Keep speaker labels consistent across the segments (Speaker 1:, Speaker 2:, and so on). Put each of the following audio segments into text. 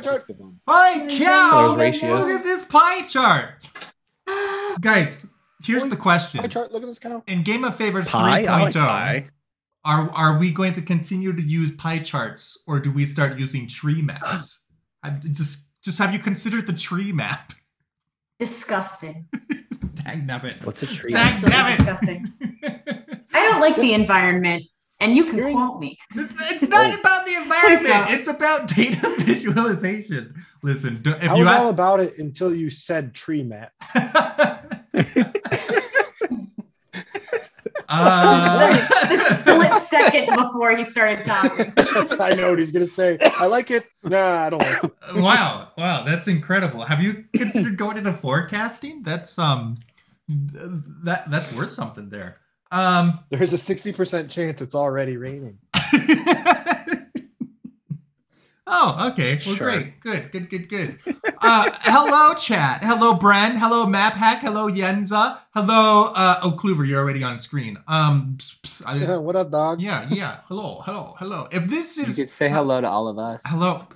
Speaker 1: chart.
Speaker 2: My
Speaker 1: Those
Speaker 2: cow!
Speaker 1: ratios.
Speaker 2: Look at this pie chart. Guys, here's the question.
Speaker 1: Pie chart. Look at this cow.
Speaker 2: In Game of Favors
Speaker 3: Pie? I like
Speaker 2: 3.0,
Speaker 3: pie.
Speaker 2: are are we going to continue to use pie charts or do we start using tree maps? I'm just just have you considered the tree map?
Speaker 4: Disgusting.
Speaker 2: Dang nabbit.
Speaker 3: What's a tree?
Speaker 2: Dang
Speaker 4: Absolutely
Speaker 2: nabbit.
Speaker 4: disgusting. I don't like the
Speaker 1: This-
Speaker 4: environment, and you can
Speaker 1: You're in-
Speaker 4: quote me.
Speaker 2: It's it's not
Speaker 1: Oh.
Speaker 2: about the environment.
Speaker 4: Pie chart.
Speaker 2: It's about data visualization. Listen, do-
Speaker 1: I
Speaker 2: if
Speaker 1: was
Speaker 2: you
Speaker 1: all
Speaker 2: ask,
Speaker 1: about it until you said tree map.
Speaker 2: uh,
Speaker 4: Split second before he started talking.
Speaker 1: I know what he's gonna say. I like it. Nah, I don't like it.
Speaker 2: wow, wow, that's incredible. Have you considered going into forecasting? That's um, th- that that's worth something there. Um,
Speaker 1: There's a sixty percent chance it's already raining.
Speaker 2: oh, okay. Well,
Speaker 3: Sure.
Speaker 2: great. Good, good, good, good. Uh, hello, chat. Hello, Bren. Hello, MapHack. Hello, Yenza. Hello, uh, oh, Kluver, you're already on screen. Um, pss, pss,
Speaker 1: Yeah,
Speaker 2: I,
Speaker 1: what up, dog?
Speaker 2: yeah, yeah. Hello, hello, hello. If this
Speaker 5: You
Speaker 2: is.
Speaker 5: could say hello to all of us.
Speaker 2: Hello.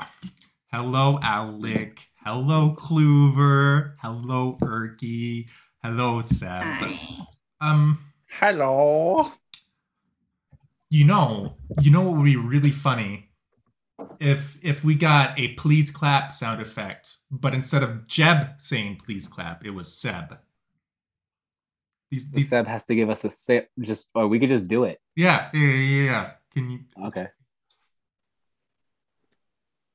Speaker 2: Hello, Alec. Hello, Kluver. Hello, Erky. Hello, Seb.
Speaker 4: Hi.
Speaker 2: Um,
Speaker 3: Hello.
Speaker 2: you know, you know what would be really funny if if we got a please clap sound effect, but instead of Jeb saying please clap, it was Seb. These, these
Speaker 5: Seb has to give us a say. Just or we could just do it.
Speaker 2: yeah, yeah, yeah, yeah. Can you
Speaker 5: Okay.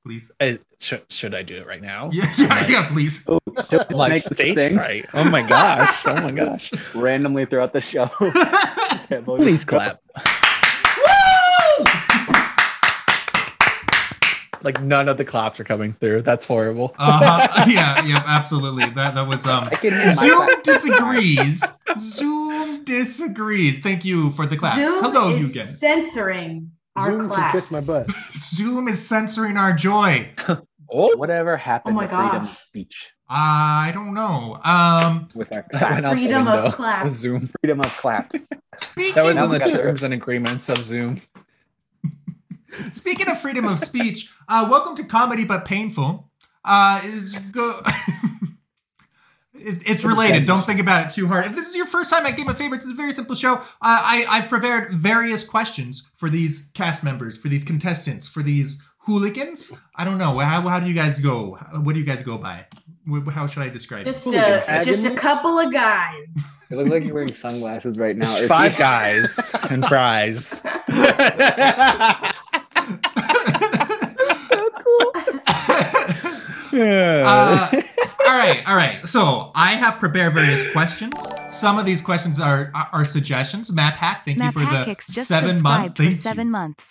Speaker 2: please?
Speaker 3: Is, should, should I do it right now?
Speaker 2: Yeah, yeah, yeah, please.
Speaker 3: Like
Speaker 5: Make this
Speaker 3: stage
Speaker 5: thing.
Speaker 3: fright. Oh my gosh. Oh my gosh.
Speaker 5: Randomly throughout the show.
Speaker 3: Please clap.
Speaker 2: Woo!
Speaker 3: Like none of the claps are coming through. That's horrible.
Speaker 2: Uh-huh. Yeah, yeah, absolutely. That that was um
Speaker 5: I can hear
Speaker 2: Zoom
Speaker 5: myself.
Speaker 2: disagrees. Zoom disagrees. Thank you for the claps.
Speaker 4: Zoom
Speaker 2: Hello,
Speaker 4: is
Speaker 2: Yugen.
Speaker 4: censoring our
Speaker 1: Zoom can
Speaker 4: class.
Speaker 1: kiss my butt.
Speaker 2: Zoom is censoring our joy.
Speaker 3: Oh,
Speaker 5: Whatever happened
Speaker 4: Oh my
Speaker 5: to freedom
Speaker 4: gosh.
Speaker 5: of speech
Speaker 2: I don't know. Um,
Speaker 5: with our
Speaker 3: that went out the
Speaker 5: claps?
Speaker 4: Freedom of
Speaker 3: window
Speaker 4: clap.
Speaker 3: with Zoom.
Speaker 5: freedom of claps.
Speaker 2: speaking
Speaker 3: That was
Speaker 5: Now
Speaker 3: in
Speaker 5: we
Speaker 3: the
Speaker 5: got the-
Speaker 3: terms and agreements of Zoom.
Speaker 2: speaking of freedom of speech, uh, welcome to comedy but painful. Uh, is go. It, it's related. Don't think about it too hard. If this is your first time at Game of Favorites, it's a very simple show. Uh, I, I've prepared various questions for these cast members, for these contestants, for these hooligans. I don't know. How, how do you guys go? What do you guys go by? Wh- How should I describe it?
Speaker 4: Just a, just a
Speaker 1: Agonists?
Speaker 4: couple of guys.
Speaker 5: It looks like you're wearing sunglasses right now.
Speaker 3: There's
Speaker 5: If
Speaker 3: five
Speaker 5: you-
Speaker 3: guys and fries.
Speaker 2: Uh, all right, all right. So I have prepared various questions. Some of these questions are are, are suggestions. Map hack, thank you for the
Speaker 6: MapHackix just
Speaker 2: seven months.
Speaker 6: subscribed
Speaker 2: Thank
Speaker 6: for seven
Speaker 2: you.
Speaker 6: months.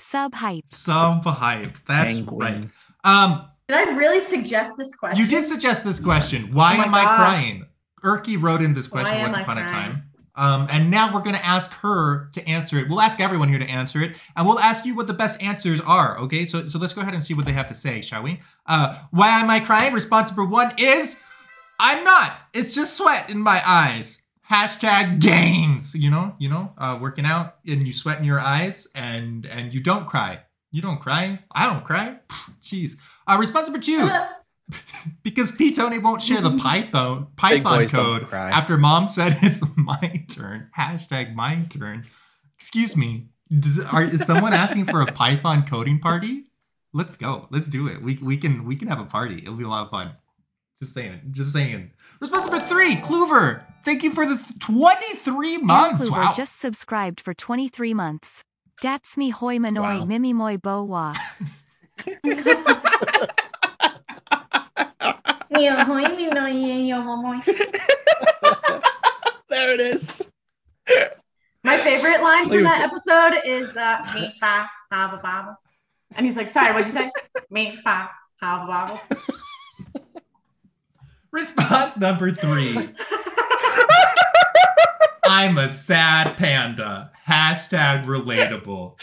Speaker 6: Sub hype.
Speaker 2: Some hype. That's
Speaker 3: Penguin.
Speaker 2: right. Um,
Speaker 4: Did I really suggest this question?
Speaker 2: you did suggest this question. Why
Speaker 4: Oh my
Speaker 2: am I
Speaker 4: gosh.
Speaker 2: crying? Erky wrote in this question
Speaker 4: Why am
Speaker 2: once
Speaker 4: I
Speaker 2: upon a
Speaker 4: crying?
Speaker 2: time. Um, and now we're going to ask her to answer it. We'll ask everyone here to answer it, and we'll ask you what the best answers are. Okay, so so let's go ahead and see what they have to say, shall we? Uh, why am I crying? Response number one is, I'm not. It's just sweat in my eyes. Hashtag gains. You know, you know, uh, working out and you sweat in your eyes, and and you don't cry. You don't cry. I don't cry. Jeez. Uh, response number two because P Tony won't share the Python Python
Speaker 3: boys don't
Speaker 2: code
Speaker 3: cry.
Speaker 2: after mom said it's my turn. Hashtag my turn. Excuse me. Does, are, is someone asking for a Python coding party? Let's go. Let's do it. We, we can we can have a party. It'll be a lot of fun. Just saying. Just saying. Response number three, Clover. Thank you for the th- 23 months.
Speaker 6: Vancouver
Speaker 2: Wow.
Speaker 6: just subscribed for 23 months. That's me hoi manoi
Speaker 3: Wow.
Speaker 6: mimi moi bo wa.
Speaker 4: My
Speaker 3: there it is.
Speaker 4: favorite line from
Speaker 3: Leave
Speaker 4: that
Speaker 3: it.
Speaker 4: episode is uh, "Me ba ba ba ba," and he's like, "Sorry, what'd you say?" "Me ba ba ba." ba."
Speaker 2: Response number three. I'm a sad panda. Hashtag relatable.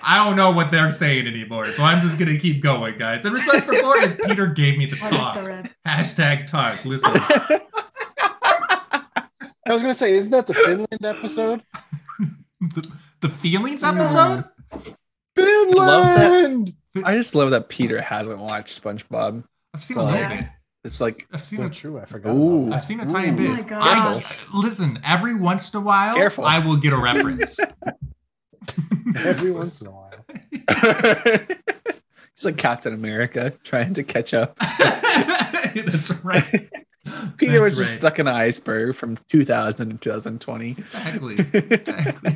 Speaker 2: I don't know what they're saying anymore, so I'm just gonna keep going, guys. And response number four is Peter gave me the
Speaker 4: Why are you so
Speaker 2: talk.
Speaker 4: red?
Speaker 2: Hashtag talk. Listen.
Speaker 1: I was gonna say, isn't that the Finland episode?
Speaker 2: The, the feelings episode?
Speaker 1: Finland.
Speaker 3: I just love that Peter hasn't watched SpongeBob.
Speaker 2: I've seen a little
Speaker 3: Yeah.
Speaker 2: bit.
Speaker 3: It's like
Speaker 2: I've seen
Speaker 1: So
Speaker 2: a
Speaker 1: true. I forgot.
Speaker 3: Ooh.
Speaker 1: About
Speaker 2: I've
Speaker 1: that.
Speaker 2: seen a tiny
Speaker 5: Ooh.
Speaker 2: bit.
Speaker 4: Oh my God.
Speaker 2: I, listen, every once in a while,
Speaker 3: Careful.
Speaker 2: I will get a reference.
Speaker 1: Every once in a while.
Speaker 3: he's like Captain America trying to catch up.
Speaker 2: That's right.
Speaker 3: Peter
Speaker 2: That's
Speaker 3: was just
Speaker 2: right.
Speaker 3: stuck in an iceberg from 2000 to 2020.
Speaker 2: Exactly. Exactly.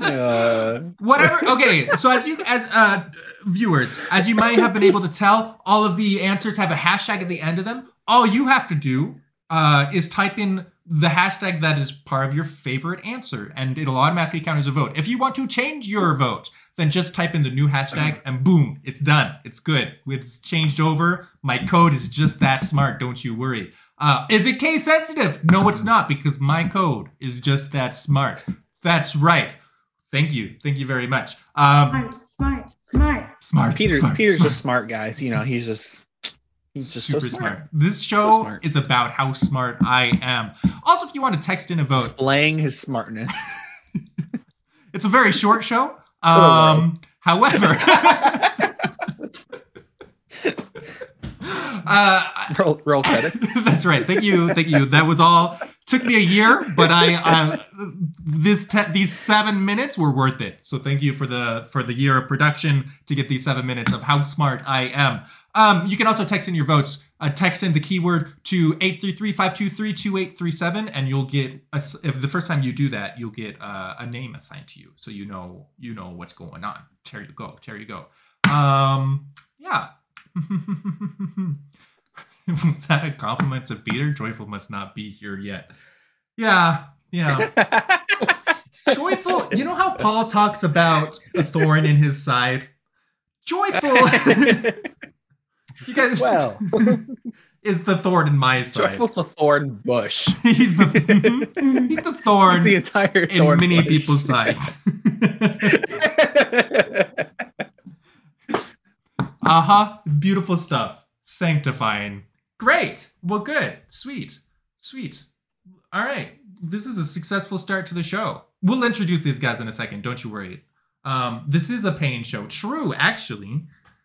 Speaker 3: Uh,
Speaker 2: Whatever. Okay. So as you as uh viewers, as you might have been able to tell, all of the answers have a hashtag at the end of them. All you have to do uh is type in the hashtag that is part of your favorite answer, and it'll automatically count as a vote. If you want to change your vote, then just type in the new hashtag, and boom, it's done. It's good. It's changed over. My code is just that smart. Don't you worry. Uh, is it case sensitive? No, it's not because my code is just that smart. That's right. Thank you. Thank you very much. Um,
Speaker 4: Smart, smart, smart.
Speaker 2: smart.
Speaker 3: Peter,
Speaker 2: smart,
Speaker 3: Peter's
Speaker 2: smart.
Speaker 3: just smart guys. You know, he's just he's just
Speaker 2: super
Speaker 3: so smart.
Speaker 2: smart. This show
Speaker 3: So smart.
Speaker 2: is about how smart I am. Also, if you want to text in a vote,
Speaker 3: Displaying his smartness.
Speaker 2: it's a very short show.
Speaker 5: Totally.
Speaker 2: Um, however, uh,
Speaker 3: roll, roll credits.
Speaker 2: That's right. Thank you. Thank you. That was all. Took me a year, but I uh, this te- these seven minutes were worth it. So thank you for the for the year of production to get these seven minutes of how smart I am. Um, you can also text in your votes. Uh, text in the keyword to 833-523-2837 and you'll get a s if the first time you do that you'll get uh, a name assigned to you so you know you know what's going on there you go there you go um yeah was that a compliment to Peter? Joyful must not be here yet. Yeah, yeah. Joyful, you know how Paul talks about a thorn in his side? Joyful, you guys,
Speaker 1: Well.
Speaker 2: is the thorn in my side.
Speaker 3: Joyful's the thorn bush.
Speaker 2: He's the he's the
Speaker 3: It's
Speaker 2: thorn
Speaker 3: the entire
Speaker 2: in
Speaker 3: thorn
Speaker 2: many
Speaker 3: bush.
Speaker 2: people's sides. uh-huh beautiful stuff sanctifying great well good sweet sweet all right this is a successful start to the show we'll introduce these guys in a second don't you worry um this is a pain show true actually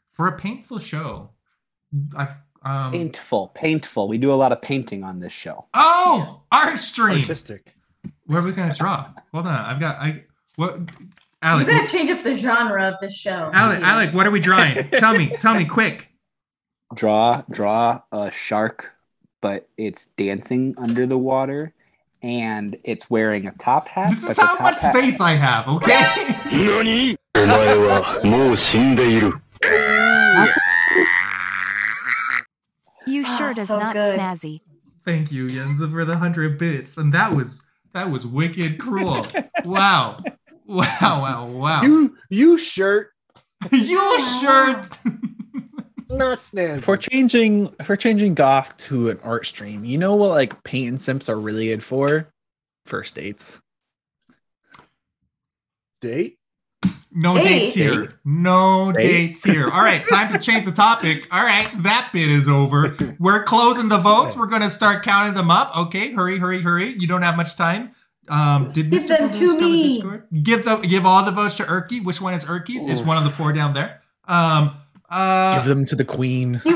Speaker 2: for a painful show i've um
Speaker 5: Paintful, paintful. We do a lot of painting on this show.
Speaker 2: oh art stream
Speaker 1: Artistic.
Speaker 2: where are we gonna draw hold on i've got i what
Speaker 4: You
Speaker 2: alec
Speaker 4: gotta change up the genre of the show.
Speaker 2: alec
Speaker 4: Yeah.
Speaker 2: alec what are we drawing tell me tell me quick
Speaker 5: Draw, draw a shark, but it's dancing under the water, and it's wearing a top hat.
Speaker 2: this is
Speaker 5: but the
Speaker 2: how
Speaker 5: top
Speaker 2: much
Speaker 5: hat-
Speaker 2: space i have okay
Speaker 7: 何お前はもう死んでいる。
Speaker 6: You
Speaker 4: Oh,
Speaker 6: sure does
Speaker 4: so
Speaker 6: not
Speaker 4: good.
Speaker 6: snazzy.
Speaker 2: Thank you, Yenza, for the hundred bits. And that was that was wicked cruel. wow. Wow, wow, wow. You,
Speaker 1: You you shirt
Speaker 2: shirt.
Speaker 1: not snazzy.
Speaker 3: If we're changing if we're changing golf to an art stream, you know what like paint and simps are really good for? First dates.
Speaker 1: date.
Speaker 2: No
Speaker 4: Hey.
Speaker 2: dates here. No
Speaker 3: Hey.
Speaker 2: dates here. All right, time to change the topic. All right, that bit is over. We're closing the votes. We're gonna start counting them up. Okay, hurry, hurry, hurry. You don't have much time. Um, did
Speaker 4: Give
Speaker 2: Mr.
Speaker 4: them
Speaker 2: Poland
Speaker 4: to
Speaker 2: still in
Speaker 4: me.
Speaker 2: Discord? Give the give all the votes to Erky. Which one is Erky's? It's one of the four down there. Um uh,
Speaker 3: Give them to the queen.
Speaker 4: You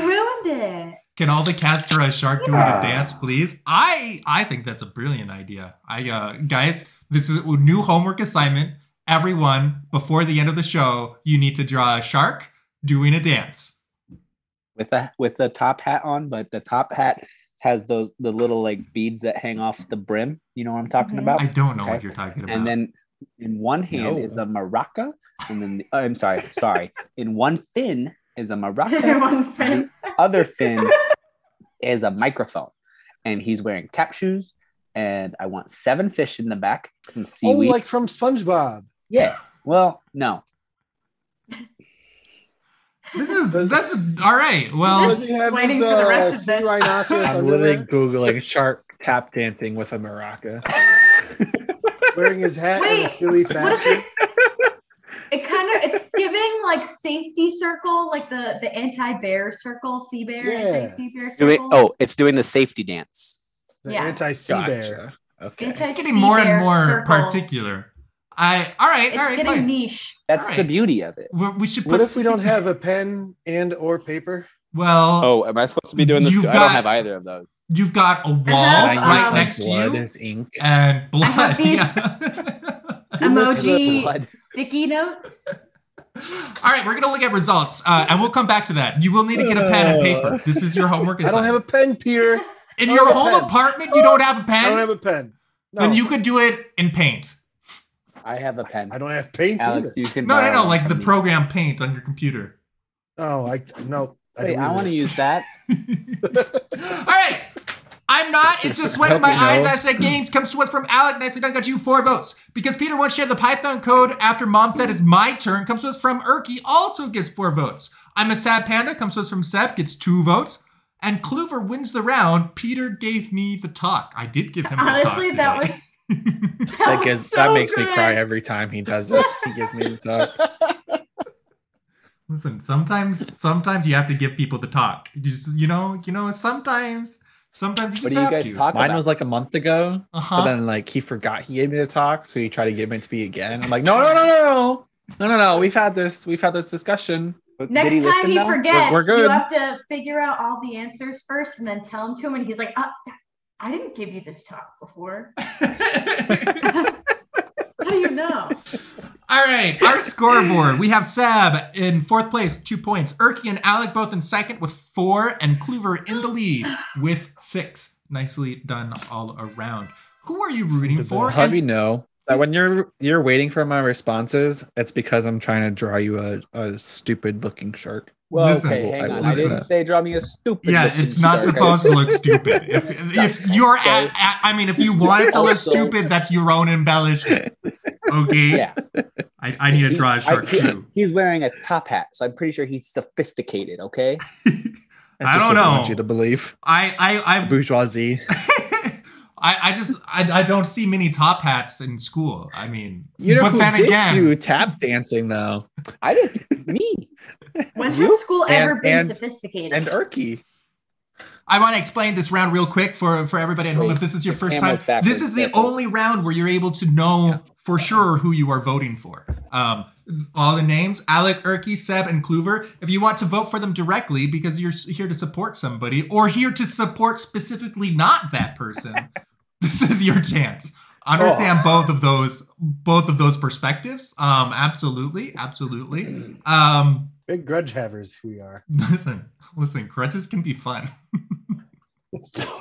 Speaker 4: ruined it.
Speaker 2: Can all the cats throw a shark doing a
Speaker 5: Yeah.
Speaker 2: dance, please? I I think that's a brilliant idea. I uh, guys, this is a new homework assignment. Everyone, before the end of the show, you need to draw a shark doing a dance.
Speaker 5: with the with the top hat on, but the top hat has those the little like beads that hang off the brim. You know what I'm talking
Speaker 4: Mhm.
Speaker 5: about?
Speaker 2: I don't know what
Speaker 5: Okay.
Speaker 2: you're talking about.
Speaker 5: and then in one hand
Speaker 3: No.
Speaker 5: is a maraca, and then the, oh, I'm sorry, sorry. In one fin is a maraca,
Speaker 4: Everyone friend.
Speaker 5: other fin is a microphone, and he's wearing tap shoes. And I want seven fish in the back, some
Speaker 1: Oh,
Speaker 5: seaweed.
Speaker 1: like from SpongeBob.
Speaker 5: yeah. Well, no.
Speaker 2: this is that's all right. Well,
Speaker 1: Does he have
Speaker 4: Waiting
Speaker 1: his
Speaker 4: for the
Speaker 1: uh,
Speaker 4: rest of
Speaker 1: sea
Speaker 4: it.
Speaker 1: rhinoceros
Speaker 3: I'm literally
Speaker 1: underwear,
Speaker 3: googling shark tap dancing with a maraca.
Speaker 1: wearing his hat in a
Speaker 4: Wait,
Speaker 1: silly
Speaker 4: What if
Speaker 1: fashion?
Speaker 4: it? It kind of it's giving like safety circle, like the the anti bear circle, sea bear,
Speaker 1: Yeah.
Speaker 4: sea bear
Speaker 5: Do
Speaker 4: circle.
Speaker 5: it- oh, it's doing the safety dance.
Speaker 1: The
Speaker 4: Yeah.
Speaker 1: anti sea bear.
Speaker 3: Gotcha. Okay.
Speaker 4: It's
Speaker 2: this is
Speaker 4: like
Speaker 2: getting more
Speaker 4: sea
Speaker 2: and
Speaker 4: bear
Speaker 2: more
Speaker 4: circle.
Speaker 2: particular. I all right,
Speaker 4: It's
Speaker 2: all right,
Speaker 4: getting
Speaker 2: fine.
Speaker 4: niche.
Speaker 5: That's
Speaker 2: All right.
Speaker 5: the beauty of it.
Speaker 2: We're- we should put.
Speaker 1: What if we don't have a pen and or paper?
Speaker 2: well,
Speaker 8: Oh, am I supposed to be doing this?
Speaker 2: You've
Speaker 8: Too? I don't
Speaker 2: got-
Speaker 8: have either of those.
Speaker 2: you've got a wall
Speaker 4: have,
Speaker 3: I
Speaker 2: right
Speaker 4: um,
Speaker 2: next to
Speaker 3: blood
Speaker 2: you
Speaker 3: is ink.
Speaker 2: and
Speaker 4: Uh-huh. I
Speaker 2: blood.
Speaker 4: have these-
Speaker 2: yeah.
Speaker 1: missed the
Speaker 4: Emoji
Speaker 5: blood.
Speaker 4: sticky notes.
Speaker 2: All right, we're gonna look at results, uh, and we'll come back to that. You will need to get a pen and paper. This is your homework
Speaker 1: I don't
Speaker 2: assignment.
Speaker 1: have a pen, Peter.
Speaker 2: In
Speaker 1: I don't
Speaker 2: your
Speaker 1: have a
Speaker 2: whole
Speaker 1: pen.
Speaker 2: apartment, you don't have a
Speaker 1: I
Speaker 2: pen.
Speaker 1: don't have a pen. No,
Speaker 2: Then you could do it in Paint.
Speaker 5: I have a pen.
Speaker 1: I don't have paint
Speaker 5: Alex,
Speaker 1: either.
Speaker 5: you can.
Speaker 2: No, no,
Speaker 5: borrow
Speaker 2: no.
Speaker 5: one
Speaker 2: Like the
Speaker 5: from me.
Speaker 2: program Paint on your computer.
Speaker 1: Oh, I no.
Speaker 5: Wait,
Speaker 1: don't
Speaker 5: I
Speaker 1: either.
Speaker 5: want to use that.
Speaker 2: All right. I'm not. It's just sweat in my
Speaker 3: Help me
Speaker 2: eyes.
Speaker 3: know.
Speaker 2: I said gains comes to us from Alec Nicely Done got you four votes. Because Peter once shared the Python code after mom said it's my turn comes to us from Erky also gets four votes. I'm a sad panda comes to us from Seb gets two votes. And Kluver wins the round. Peter gave me the talk. I did give him the talk.
Speaker 4: Honestly, that
Speaker 2: today.
Speaker 4: was that,
Speaker 3: That,
Speaker 4: was
Speaker 3: gives,
Speaker 4: so
Speaker 3: that makes me cry
Speaker 4: good.
Speaker 3: every time he does it. He gives me the talk.
Speaker 2: Listen, sometimes sometimes you have to give people the talk. You, just, you know, you know, sometimes sometimes you
Speaker 5: What
Speaker 2: just
Speaker 5: do you
Speaker 2: have
Speaker 5: guys
Speaker 2: to.
Speaker 5: talk
Speaker 3: Mine
Speaker 5: about?
Speaker 3: was like a month ago,
Speaker 2: uh-huh.
Speaker 3: but then like he forgot he gave me the talk, so he tried to give it to me again. I'm like, no, no, no, no, no, no, no, no. We've had this. We've had this discussion.
Speaker 5: Did
Speaker 4: Next
Speaker 5: he
Speaker 4: time
Speaker 5: listen
Speaker 4: he
Speaker 5: now?
Speaker 4: forgets,
Speaker 3: We're- we're
Speaker 4: you
Speaker 3: good.
Speaker 4: have to figure out all the answers first and then tell him to him. And he's like, oh, I didn't give you this talk before. How do you know?
Speaker 2: All right, our scoreboard. We have Sab in fourth place, two points. Erky and Alec both in second with four, and Kluver in the lead with six. Nicely done all around. Who are you rooting for?
Speaker 3: Have you
Speaker 2: And,
Speaker 3: know that when you're you're waiting for my responses, it's because I'm trying to draw you a, a stupid looking shark.
Speaker 5: Well,
Speaker 2: Listen,
Speaker 5: okay, hang
Speaker 3: I
Speaker 5: on. I
Speaker 2: listen.
Speaker 5: didn't say draw me a stupid.
Speaker 2: yeah,
Speaker 5: looking
Speaker 2: it's not
Speaker 5: shark. I
Speaker 2: supposed to look stupid. If if you're at, at- I mean, if you want it to look stupid, that's your own embellishment. Okay.
Speaker 5: Yeah.
Speaker 2: I, I need to
Speaker 5: He-
Speaker 2: draw a shark
Speaker 5: I- he-
Speaker 2: too.
Speaker 5: He's wearing a top hat, so I'm pretty sure he's sophisticated. Okay,
Speaker 2: I don't
Speaker 3: what I
Speaker 2: know.
Speaker 3: want you to believe
Speaker 2: I I I
Speaker 3: bourgeoisie.
Speaker 2: I, I just I, I don't see many top hats in school. I mean,
Speaker 3: You know
Speaker 2: but
Speaker 3: who
Speaker 2: then
Speaker 3: did
Speaker 2: again,
Speaker 3: do tap dancing though,
Speaker 5: I didn't. Me.
Speaker 4: When's
Speaker 3: You
Speaker 4: your school ever
Speaker 3: and-
Speaker 4: been
Speaker 3: and-
Speaker 4: sophisticated?
Speaker 3: and Erky.
Speaker 2: I want to explain this round real quick for for everybody at home.
Speaker 5: Wait,
Speaker 2: If this is your
Speaker 5: the
Speaker 2: first time,
Speaker 5: camera's backwards,
Speaker 2: this is the
Speaker 5: backwards.
Speaker 2: only round where you're able to know for sure who you are voting for. Um, all the names: Alec, Erky, Seb, and Kluver. If you want to vote for them directly because you're s- here to support somebody or here to support specifically not that person, this is your chance.
Speaker 5: Oh.
Speaker 2: Understand both of those both of those perspectives. Um, absolutely, absolutely. Um,
Speaker 1: Big grudge havers we are.
Speaker 2: listen, listen. Grudges can be fun.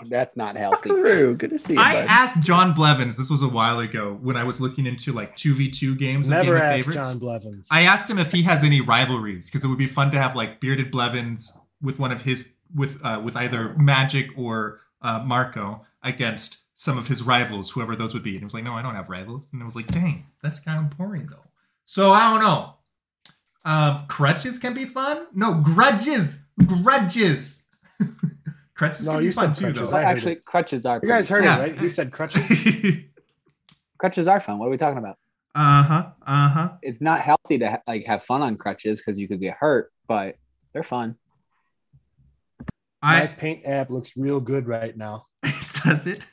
Speaker 5: That's not healthy.
Speaker 3: True. Good to see you.
Speaker 2: I
Speaker 3: bud.
Speaker 2: asked John Blevins, this was a while ago, when I was looking into like 2v2 games
Speaker 1: Never
Speaker 2: of Game of
Speaker 1: ask
Speaker 2: Favorites.
Speaker 1: John Blevins.
Speaker 2: I asked him if he has any rivalries because it would be fun to have like bearded Blevins with one of his with uh, with either Magic or uh, Marco against some of his rivals, whoever those would be. And he was like, "No, I don't have rivals." And I was like, "Dang, that's kind of boring though." So I don't know. Um, crutches can be fun. No grudges, grudges. crutches
Speaker 1: No,
Speaker 2: can be
Speaker 1: you
Speaker 2: fun
Speaker 1: said
Speaker 2: too,
Speaker 1: crutches.
Speaker 2: though.
Speaker 5: Well, actually, crutches are.
Speaker 1: you guys
Speaker 5: pretty-
Speaker 1: heard
Speaker 2: Yeah.
Speaker 1: it, right? He said crutches.
Speaker 5: crutches are fun. What are we talking about?
Speaker 2: Uh huh. Uh huh.
Speaker 5: It's not healthy to ha- like have fun on crutches because you could get hurt, but they're fun.
Speaker 1: My
Speaker 2: I
Speaker 1: paint app looks real good right now.
Speaker 2: does it.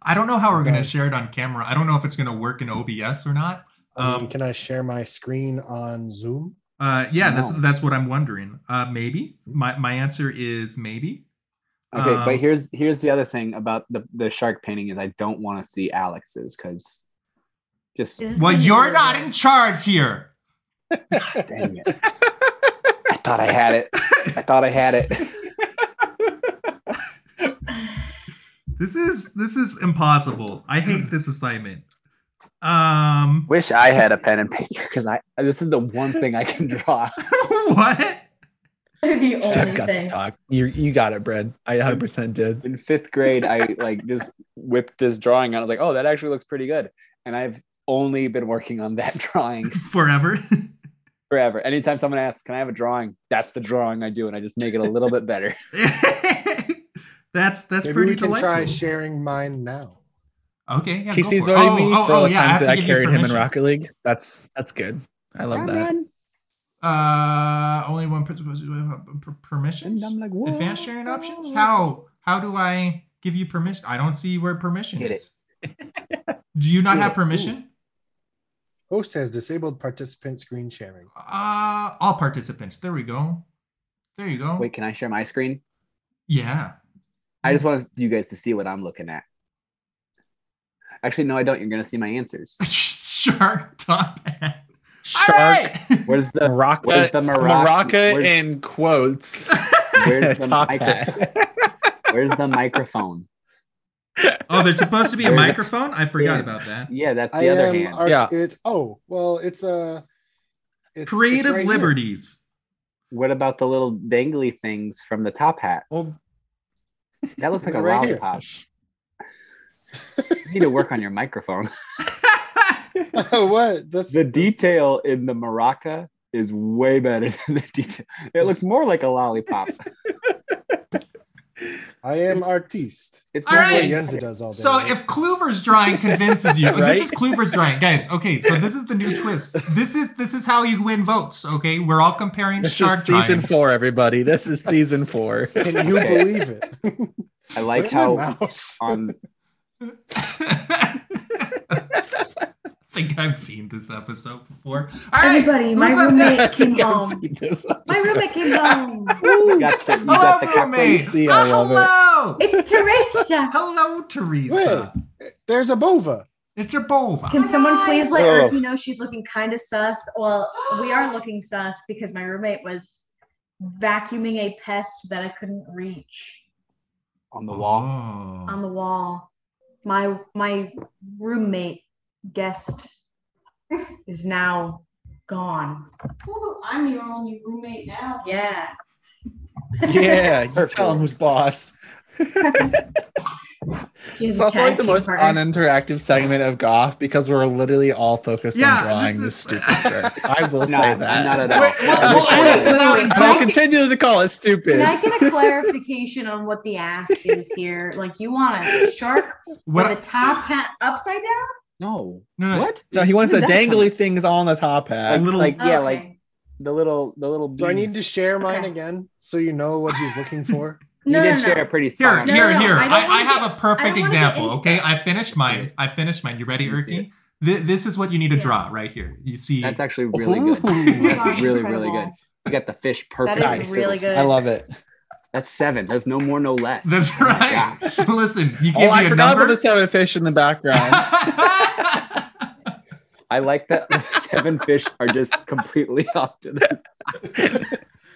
Speaker 2: I don't know how we're
Speaker 1: It
Speaker 2: gonna
Speaker 1: does.
Speaker 2: share it on camera. I don't know if it's gonna work in OBS or not.
Speaker 1: Um,
Speaker 2: Um,
Speaker 1: can I share my screen on Zoom?
Speaker 2: Uh, yeah, that's
Speaker 5: No.
Speaker 2: that's what I'm wondering. Uh, maybe my my answer is maybe.
Speaker 5: Okay,
Speaker 2: Um,
Speaker 5: but here's here's the other thing about the the shark painting is I don't want to see Alex's because just
Speaker 4: Is this
Speaker 2: Well,
Speaker 4: gonna be
Speaker 2: you're
Speaker 4: weird?
Speaker 2: not in charge here.
Speaker 5: dang it. I thought I had it. I thought I had it.
Speaker 2: This is this is impossible. I hate this assignment. Um,
Speaker 5: Wish I had a pen and paper because I this is the one thing I can draw.
Speaker 2: what?
Speaker 4: They're the only
Speaker 3: Steph Oh, got
Speaker 4: thing.
Speaker 3: the talk. You you got it, Brad. I 100 percent did.
Speaker 5: In fifth grade, I like just whipped this drawing out. I was like, oh, that actually looks pretty good. And I've only been working on that drawing
Speaker 2: Forever.
Speaker 5: forever. Anytime someone asks, "Can I have a drawing?" That's the drawing I do, and I just make it a little bit better.
Speaker 2: that's that's
Speaker 1: Maybe
Speaker 2: pretty
Speaker 1: we can
Speaker 2: delightful.
Speaker 1: try sharing mine now.
Speaker 2: Okay. Yeah, go
Speaker 3: TC's
Speaker 2: for it.
Speaker 3: voted
Speaker 2: Oh,
Speaker 3: me
Speaker 2: oh,
Speaker 3: for
Speaker 2: oh,
Speaker 3: all the
Speaker 2: yeah, I
Speaker 3: times
Speaker 2: have
Speaker 3: that I
Speaker 2: to give you
Speaker 3: carried him in
Speaker 2: permission.
Speaker 3: Rocket League. That's that's good. I love
Speaker 5: Yeah,
Speaker 3: that.
Speaker 5: man.
Speaker 2: Uh, only one person permissions.
Speaker 5: And I'm like, "Whoa."
Speaker 2: um, Advanced sharing options? How how do I give you permission? I don't see where permission
Speaker 5: Get
Speaker 2: is. do you not
Speaker 5: Get
Speaker 2: have
Speaker 5: it.
Speaker 2: permission?
Speaker 1: Host has disabled participant screen sharing.
Speaker 2: Uh, all participants. There we go. There you go.
Speaker 5: Wait, can I share my screen?
Speaker 2: Yeah.
Speaker 5: I just want you guys to see what I'm looking at. Actually, no, I don't. You're gonna see my answers.
Speaker 2: Shark top hat.
Speaker 3: Shark,
Speaker 5: Where's the
Speaker 3: Maraca,
Speaker 5: where's the Maraca,
Speaker 3: Uh, Maraca
Speaker 5: where's,
Speaker 3: in quotes.
Speaker 5: where's the
Speaker 3: Top
Speaker 5: micro,
Speaker 3: hat.
Speaker 5: where's the microphone?
Speaker 2: Oh, there's supposed to be a
Speaker 5: There it is.
Speaker 2: microphone? I forgot
Speaker 5: Yeah.
Speaker 2: about that.
Speaker 5: Yeah, that's the
Speaker 1: I
Speaker 5: other
Speaker 1: am
Speaker 5: hand.
Speaker 1: art-
Speaker 3: Yeah.
Speaker 1: It's oh well, it's a it's, it's
Speaker 2: Creative
Speaker 1: right here.
Speaker 2: liberties.
Speaker 5: What about the little dangly things from the top hat?
Speaker 3: Well,
Speaker 5: That looks like a
Speaker 1: Right here.
Speaker 5: lollipop. You need to work on your microphone.
Speaker 1: what? That's
Speaker 5: The detail in the maraca is way better than the detail. It looks more like a lollipop.
Speaker 1: I am artiste.
Speaker 5: It's
Speaker 2: All
Speaker 5: not
Speaker 1: That's
Speaker 2: right.
Speaker 5: really-
Speaker 1: What Yenza does all day.
Speaker 2: So if Kluver's drawing convinces you,
Speaker 3: Right?
Speaker 2: this is Kluver's drawing, guys. Okay, so this is the new twist. This is this is how you win votes. Okay, we're all comparing
Speaker 3: this
Speaker 2: shark
Speaker 3: is season
Speaker 2: drawings.
Speaker 3: four, everybody. This is season four.
Speaker 1: can you
Speaker 5: Okay.
Speaker 1: believe it?
Speaker 5: I like
Speaker 1: Where's my
Speaker 5: how
Speaker 1: mouse?
Speaker 5: on
Speaker 2: I think I've seen this episode before. All right,
Speaker 4: Everybody, my
Speaker 2: who's up
Speaker 4: roommate
Speaker 2: next?
Speaker 4: came
Speaker 3: Yes,
Speaker 4: home.
Speaker 3: yes.
Speaker 4: My roommate came home.
Speaker 5: you got the, you got the
Speaker 2: hello,
Speaker 5: cockroach.
Speaker 2: roommate.
Speaker 3: See, I love it.
Speaker 2: Oh, hello,
Speaker 4: It's Teresa.
Speaker 2: hello, Teresa.
Speaker 1: There's a bova.
Speaker 2: It's your bova.
Speaker 4: Can someone please let
Speaker 5: Oh.
Speaker 4: her? You know she's looking kind of sus. Well, we are looking sus because my roommate was vacuuming a pest that I couldn't reach
Speaker 5: on the wall.
Speaker 4: on
Speaker 2: Oh.
Speaker 4: the wall. My my roommate guest is now gone.
Speaker 8: Ooh, I'm your only roommate now.
Speaker 4: Yeah.
Speaker 3: Yeah, you tell him who's boss.
Speaker 4: She's
Speaker 3: It's
Speaker 4: a
Speaker 3: also
Speaker 4: tag
Speaker 3: like the
Speaker 4: team
Speaker 3: most
Speaker 4: partner.
Speaker 3: uninteractive segment of Goth because we're literally all focused
Speaker 2: Yeah,
Speaker 3: on drawing
Speaker 2: this
Speaker 3: this,
Speaker 2: is-
Speaker 3: stupid jerk. I will
Speaker 5: No,
Speaker 3: say that.
Speaker 5: not at
Speaker 2: Wait,
Speaker 5: all.
Speaker 2: we'll, we'll edit this out in
Speaker 4: Wait,
Speaker 3: And I'll
Speaker 4: wait,
Speaker 2: post.
Speaker 3: continue to call it
Speaker 4: Can
Speaker 3: stupid.
Speaker 4: I get a clarification on what the ask is here? Like, you want a shark
Speaker 2: What?
Speaker 4: with a top hat upside down?
Speaker 5: No.
Speaker 2: No, no,
Speaker 5: What?
Speaker 3: No, he wants the
Speaker 5: Where'd that come
Speaker 3: dangly things on the top
Speaker 5: Like,
Speaker 3: hat.
Speaker 2: little-
Speaker 5: like yeah,
Speaker 4: Okay.
Speaker 5: like the little the little
Speaker 1: Do I need to
Speaker 5: bees.
Speaker 1: share mine
Speaker 4: Okay.
Speaker 1: again so you know what he's looking for?
Speaker 5: you
Speaker 4: No, no,
Speaker 5: did
Speaker 4: no.
Speaker 5: share a pretty
Speaker 2: Here,
Speaker 5: spot.
Speaker 4: No,
Speaker 2: here,
Speaker 4: no, no,
Speaker 2: here.
Speaker 4: I don't
Speaker 2: I, I
Speaker 4: wanna
Speaker 2: have
Speaker 4: get-
Speaker 2: a perfect
Speaker 4: wanna get
Speaker 2: example.
Speaker 4: into
Speaker 2: Okay,
Speaker 4: that.
Speaker 2: I finished mine. I finished mine. You ready,
Speaker 5: Yeah.
Speaker 2: Erky? Th- this is what you need to
Speaker 4: Yeah.
Speaker 2: draw right here. You see,
Speaker 5: That's actually really good.
Speaker 1: Ooh.
Speaker 5: That's really, really
Speaker 4: Incredible.
Speaker 5: good. You got the fish
Speaker 4: That
Speaker 5: perfect.
Speaker 4: is
Speaker 3: Nice.
Speaker 4: really good.
Speaker 3: I love it.
Speaker 5: That's seven. That's no more, no less.
Speaker 2: that's
Speaker 5: Oh my
Speaker 2: right.
Speaker 5: gosh.
Speaker 2: Listen, you
Speaker 3: Oh,
Speaker 2: gave me
Speaker 3: I
Speaker 2: a
Speaker 3: forgot
Speaker 2: number.
Speaker 3: about the seven fish in the background.
Speaker 5: I like that the seven fish are just completely off to this.
Speaker 2: yeah,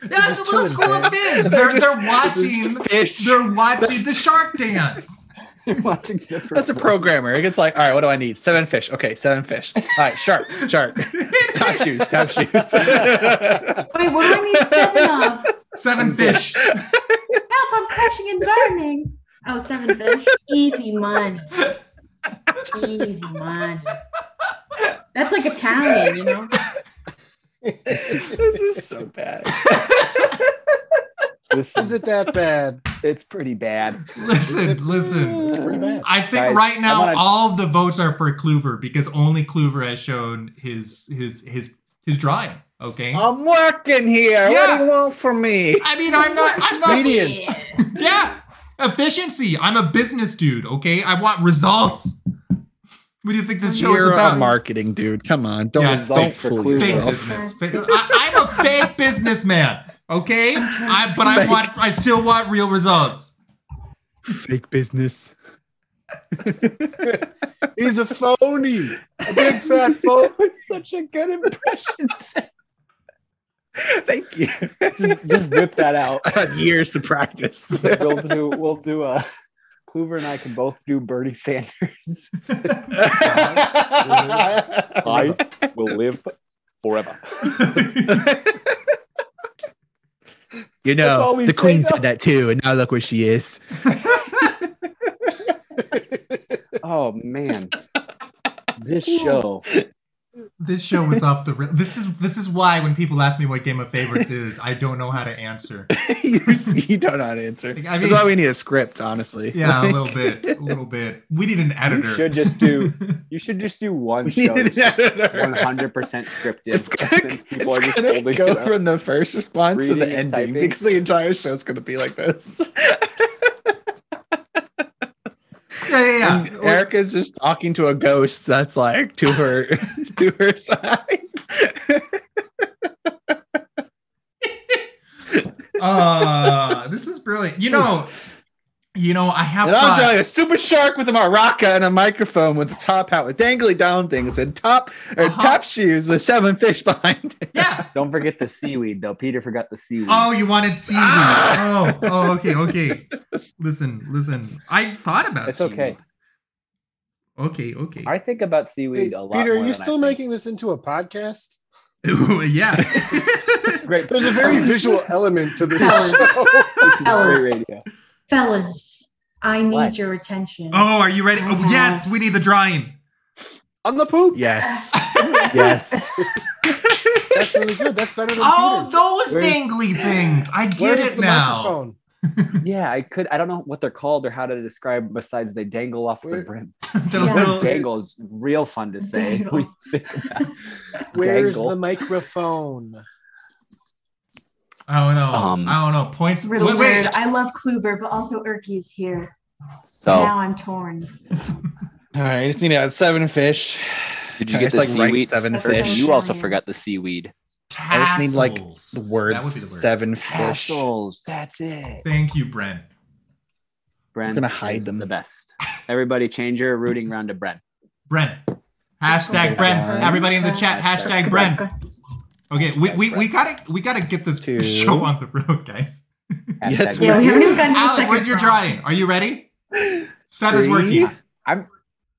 Speaker 2: it's a little
Speaker 1: Chilling,
Speaker 2: school
Speaker 1: man.
Speaker 2: of fish. They're they're watching.
Speaker 3: fish.
Speaker 2: They're watching the shark dance.
Speaker 5: You're watching different
Speaker 3: That's a
Speaker 5: ones.
Speaker 3: programmer. It gets like, all right, what do I need? Seven fish. Okay, seven fish. All right, shark, shark. Top shoes, top shoes.
Speaker 4: Wait, what do I need seven of?
Speaker 2: Seven fish.
Speaker 4: Help, I'm crushing and burning. Oh, seven fish. Easy money. Easy money. That's like Italian, you know?
Speaker 3: this is so bad.
Speaker 5: This
Speaker 1: Is
Speaker 5: is,
Speaker 1: it that bad?
Speaker 5: it's pretty bad.
Speaker 1: Is it-
Speaker 2: Listen, listen.
Speaker 1: It's pretty bad.
Speaker 2: I think
Speaker 5: Guys,
Speaker 2: right now
Speaker 5: I wanna-
Speaker 2: all of the votes are for Kluver because only Kluver has shown his his his his drawing. Okay.
Speaker 3: I'm working here. What do you want from me?
Speaker 2: I mean, I'm not. I'm not.
Speaker 1: Expedience.
Speaker 2: Yeah. Efficiency. I'm a business dude. Okay. I want results. What do you think this show is
Speaker 3: You're
Speaker 2: about?
Speaker 3: a marketing dude. Come on, don't
Speaker 2: Yeah, it's
Speaker 3: don't
Speaker 5: fake for
Speaker 3: fool
Speaker 5: clues.
Speaker 2: fake
Speaker 5: Well.
Speaker 3: yourself.
Speaker 2: business. Fake- I, am a fake businessman. Okay. I, but I
Speaker 3: Fake.
Speaker 2: want. I still want real results.
Speaker 3: Fake business.
Speaker 1: He's a phony. A big fat phony.
Speaker 5: was such a good impression.
Speaker 3: Thank you.
Speaker 5: just, just whip that out.
Speaker 3: I had years to practice.
Speaker 5: We'll do. We'll do a. Kluver and I can both do Bernie Sanders. I will live forever.
Speaker 3: you
Speaker 5: That's all
Speaker 3: know,
Speaker 5: we
Speaker 3: the
Speaker 5: say,
Speaker 3: queen
Speaker 5: though.
Speaker 3: said that too, and now look where she is.
Speaker 5: Oh man, this show.
Speaker 2: this show was off the. Rail. This is this is why when people ask me what Game of Favorites is, I don't know how to answer.
Speaker 3: you, you don't know how to answer.
Speaker 2: Like, I
Speaker 3: That's
Speaker 2: mean-
Speaker 3: why we need a script, honestly.
Speaker 2: Yeah, a
Speaker 3: Like,
Speaker 2: little bit. A little bit. We need an editor.
Speaker 5: should just do- You should just do one
Speaker 3: We
Speaker 5: show.
Speaker 3: need an
Speaker 5: One
Speaker 3: editor.
Speaker 5: hundred percent scripted.
Speaker 3: It's gonna,
Speaker 5: and people are
Speaker 3: it's
Speaker 5: just
Speaker 3: gonna
Speaker 5: holding
Speaker 3: go
Speaker 5: it up.
Speaker 3: from the first response to
Speaker 5: Reading
Speaker 3: the
Speaker 5: and
Speaker 3: ending
Speaker 5: typing.
Speaker 3: because the entire show's gonna be like this.
Speaker 2: Yeah, yeah,
Speaker 3: And
Speaker 2: yeah.
Speaker 3: Erica's just talking to a ghost that's like to her to her side.
Speaker 2: Uh, this is brilliant. You know, you know, I have
Speaker 3: and I'm
Speaker 2: thought,
Speaker 3: telling you, a stupid shark with a maraca and a microphone with a top hat with dangly down things and top or
Speaker 2: Uh-huh.
Speaker 3: top shoes with seven fish behind it.
Speaker 2: yeah.
Speaker 5: Don't forget the seaweed, though. Peter forgot the seaweed.
Speaker 2: Oh, you wanted seaweed.
Speaker 3: Ah!
Speaker 2: Oh, oh, okay, okay. Listen, listen. I thought about
Speaker 5: it's
Speaker 2: seaweed.
Speaker 5: okay.
Speaker 2: Okay, okay.
Speaker 5: I think about
Speaker 1: Hey,
Speaker 5: seaweed a lot.
Speaker 1: Peter,
Speaker 5: more
Speaker 1: are you
Speaker 5: than I
Speaker 1: still
Speaker 5: think.
Speaker 1: making this into a podcast?
Speaker 2: yeah.
Speaker 5: great?
Speaker 1: There's a very visual element to this show.
Speaker 5: This is
Speaker 4: Ellis.
Speaker 5: great radio.
Speaker 4: Fellas, I need
Speaker 5: What?
Speaker 4: your attention.
Speaker 2: oh, are you ready? Oh, yes, we need the drawing.
Speaker 1: On the poop.
Speaker 3: Yes. yes.
Speaker 1: That's really good. That's better than
Speaker 2: Oh,
Speaker 1: Peter's.
Speaker 2: those
Speaker 5: Where's-
Speaker 2: dangly things. I
Speaker 1: Where
Speaker 2: get
Speaker 1: is
Speaker 2: it
Speaker 1: the
Speaker 2: now.
Speaker 1: microphone?
Speaker 5: Yeah, I could. I don't know what they're called or how to describe besides they dangle off the
Speaker 1: Where-
Speaker 5: brim.
Speaker 2: The
Speaker 4: Yeah.
Speaker 5: The
Speaker 2: little-
Speaker 5: dangle is real fun to say.
Speaker 4: Dangle.
Speaker 5: We think about
Speaker 1: Where's
Speaker 5: dangle.
Speaker 1: the microphone?
Speaker 2: I don't know.
Speaker 5: Um,
Speaker 2: I don't know. Points.
Speaker 4: Really
Speaker 2: Wait,
Speaker 4: weird.
Speaker 2: wait.
Speaker 4: I love Kluber, but also Erky is here.
Speaker 5: So
Speaker 4: Now I'm torn.
Speaker 3: All right, I just need to add seven fish.
Speaker 9: Did
Speaker 3: I
Speaker 9: you get the
Speaker 3: just, like, rank
Speaker 9: seaweed?
Speaker 3: Seven
Speaker 4: Okay.
Speaker 3: fish.
Speaker 9: You also
Speaker 4: Yeah.
Speaker 9: forgot the seaweed.
Speaker 2: Tassels.
Speaker 3: just need, like, The word,
Speaker 2: That would be the word.
Speaker 3: seven fish.
Speaker 5: tassels. That's it.
Speaker 2: Thank you, Brent.
Speaker 5: Bren
Speaker 3: gonna hide
Speaker 5: is
Speaker 3: them.
Speaker 5: The best. Everybody, change your rooting round to Bren.
Speaker 2: Brent. Hashtag Brent.
Speaker 3: God.
Speaker 2: Everybody in the chat. Hashtag Brent. Okay, we, we, we
Speaker 5: Brent.
Speaker 2: gotta we gotta get this
Speaker 3: Two.
Speaker 2: show on the road, guys.
Speaker 3: Yes,
Speaker 5: Hashtag
Speaker 3: we
Speaker 4: Yeah, we
Speaker 5: Bren.
Speaker 3: do.
Speaker 4: haven't even gotten to the
Speaker 2: Alec,
Speaker 4: second
Speaker 2: where's your
Speaker 4: round.
Speaker 2: drawing? Are you ready? Set is
Speaker 3: Three.
Speaker 2: working.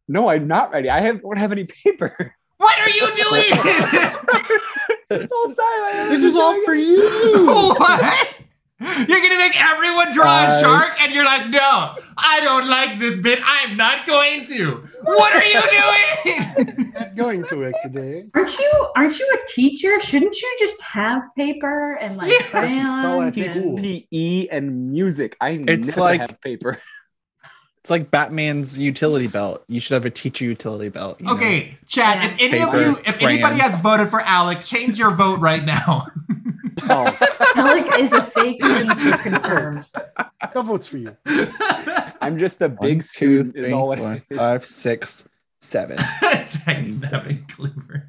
Speaker 5: No, I'm not ready. I have, don't have any paper.
Speaker 2: What are you doing?
Speaker 5: this whole time. I
Speaker 1: This is all for you.
Speaker 2: what? You're gonna make everyone draw a
Speaker 3: Five.
Speaker 2: shark, and you're like, no, I don't like this bit. I'm not going to. What are you doing?
Speaker 1: Not going to it today.
Speaker 4: Aren't you aren't you a teacher? Shouldn't you just have paper and like
Speaker 2: Yeah.
Speaker 4: crayons?
Speaker 1: That's all I
Speaker 4: and-
Speaker 1: do.
Speaker 5: PE E and music. I
Speaker 3: It's
Speaker 5: never
Speaker 3: like-
Speaker 5: have paper.
Speaker 3: It's like Batman's utility belt. You should have a teacher utility belt. you know?
Speaker 2: okay, Chad.
Speaker 4: Yeah.
Speaker 2: If any of
Speaker 3: Paper,
Speaker 2: you, if anybody
Speaker 3: crayons.
Speaker 2: has voted for Alec, change your vote right now.
Speaker 5: Oh,
Speaker 4: Alec is a fake teacher confirmed.
Speaker 1: No votes for you.
Speaker 5: I'm just a
Speaker 3: One,
Speaker 5: big
Speaker 3: two,
Speaker 5: student. is
Speaker 3: three,
Speaker 5: all I-
Speaker 3: four, five, six, seven.
Speaker 2: Dynamic cleaver.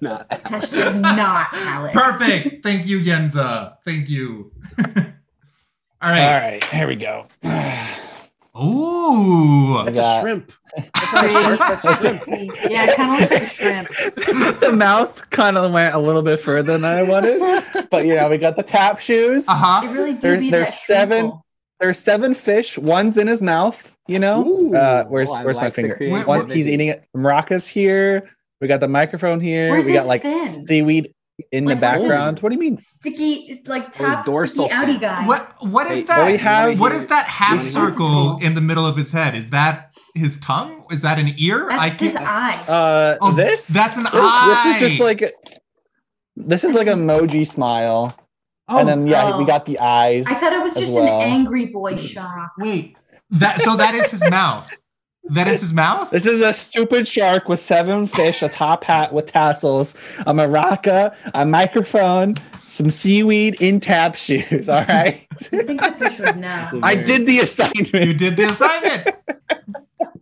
Speaker 5: Nah.
Speaker 4: Hashtag not Alec.
Speaker 2: Perfect. Thank you, Yenza. Thank you. All
Speaker 3: All
Speaker 2: right.
Speaker 3: right, here we go.
Speaker 2: Ooh.
Speaker 1: That's
Speaker 5: Yeah.
Speaker 1: a shrimp. That's not a shark. That's a shrimp.
Speaker 4: yeah, kind of looks like shrimp.
Speaker 3: the mouth kind of went a little bit further than I wanted, but you know, we got the tap shoes.
Speaker 2: Uh
Speaker 4: It
Speaker 2: huh.
Speaker 4: really do
Speaker 3: There's-
Speaker 4: be
Speaker 3: there's
Speaker 4: that
Speaker 3: seven-
Speaker 4: shrinkle.
Speaker 3: There's seven fish. One's in his mouth. You know,
Speaker 1: Ooh.
Speaker 3: uh, where's
Speaker 5: Oh, I
Speaker 3: where's my
Speaker 5: like the
Speaker 3: finger?
Speaker 5: creativity.
Speaker 3: One, he's eating it. Maracas here. We got the microphone here.
Speaker 4: Where's
Speaker 3: we got
Speaker 4: his
Speaker 3: like
Speaker 4: fin?
Speaker 3: seaweed in
Speaker 4: Where's
Speaker 3: the
Speaker 4: his-
Speaker 3: background. What do you mean?
Speaker 4: Sticky, like
Speaker 5: Or his
Speaker 4: top
Speaker 5: dorsal
Speaker 4: sticky outy
Speaker 5: fin.
Speaker 4: guy.
Speaker 2: What what is
Speaker 5: Wait,
Speaker 2: that?
Speaker 3: we have-
Speaker 2: what is that half
Speaker 5: Money.
Speaker 2: circle in the middle of his head? Is that his tongue? Is that an ear?
Speaker 4: That's
Speaker 2: I
Speaker 4: his
Speaker 2: can't.
Speaker 4: eye.
Speaker 3: Uh,
Speaker 2: Oh,
Speaker 3: this.
Speaker 2: That's an
Speaker 3: This-
Speaker 2: eye.
Speaker 3: This is just like this is like emoji smile,
Speaker 2: Oh
Speaker 3: and then yeah, we
Speaker 4: Oh.
Speaker 3: got the eyes.
Speaker 4: I thought it was
Speaker 3: as
Speaker 4: just
Speaker 3: well.
Speaker 4: an angry boy shark.
Speaker 2: wait. That so that is his mouth. That is his mouth.
Speaker 3: This is a stupid shark with seven fish, a top hat with tassels, a maraca, a microphone, some seaweed in tap shoes. All right,
Speaker 4: You think the fish would
Speaker 5: It's a
Speaker 4: know?
Speaker 3: I
Speaker 5: very-
Speaker 3: did the assignment.
Speaker 2: You did the assignment.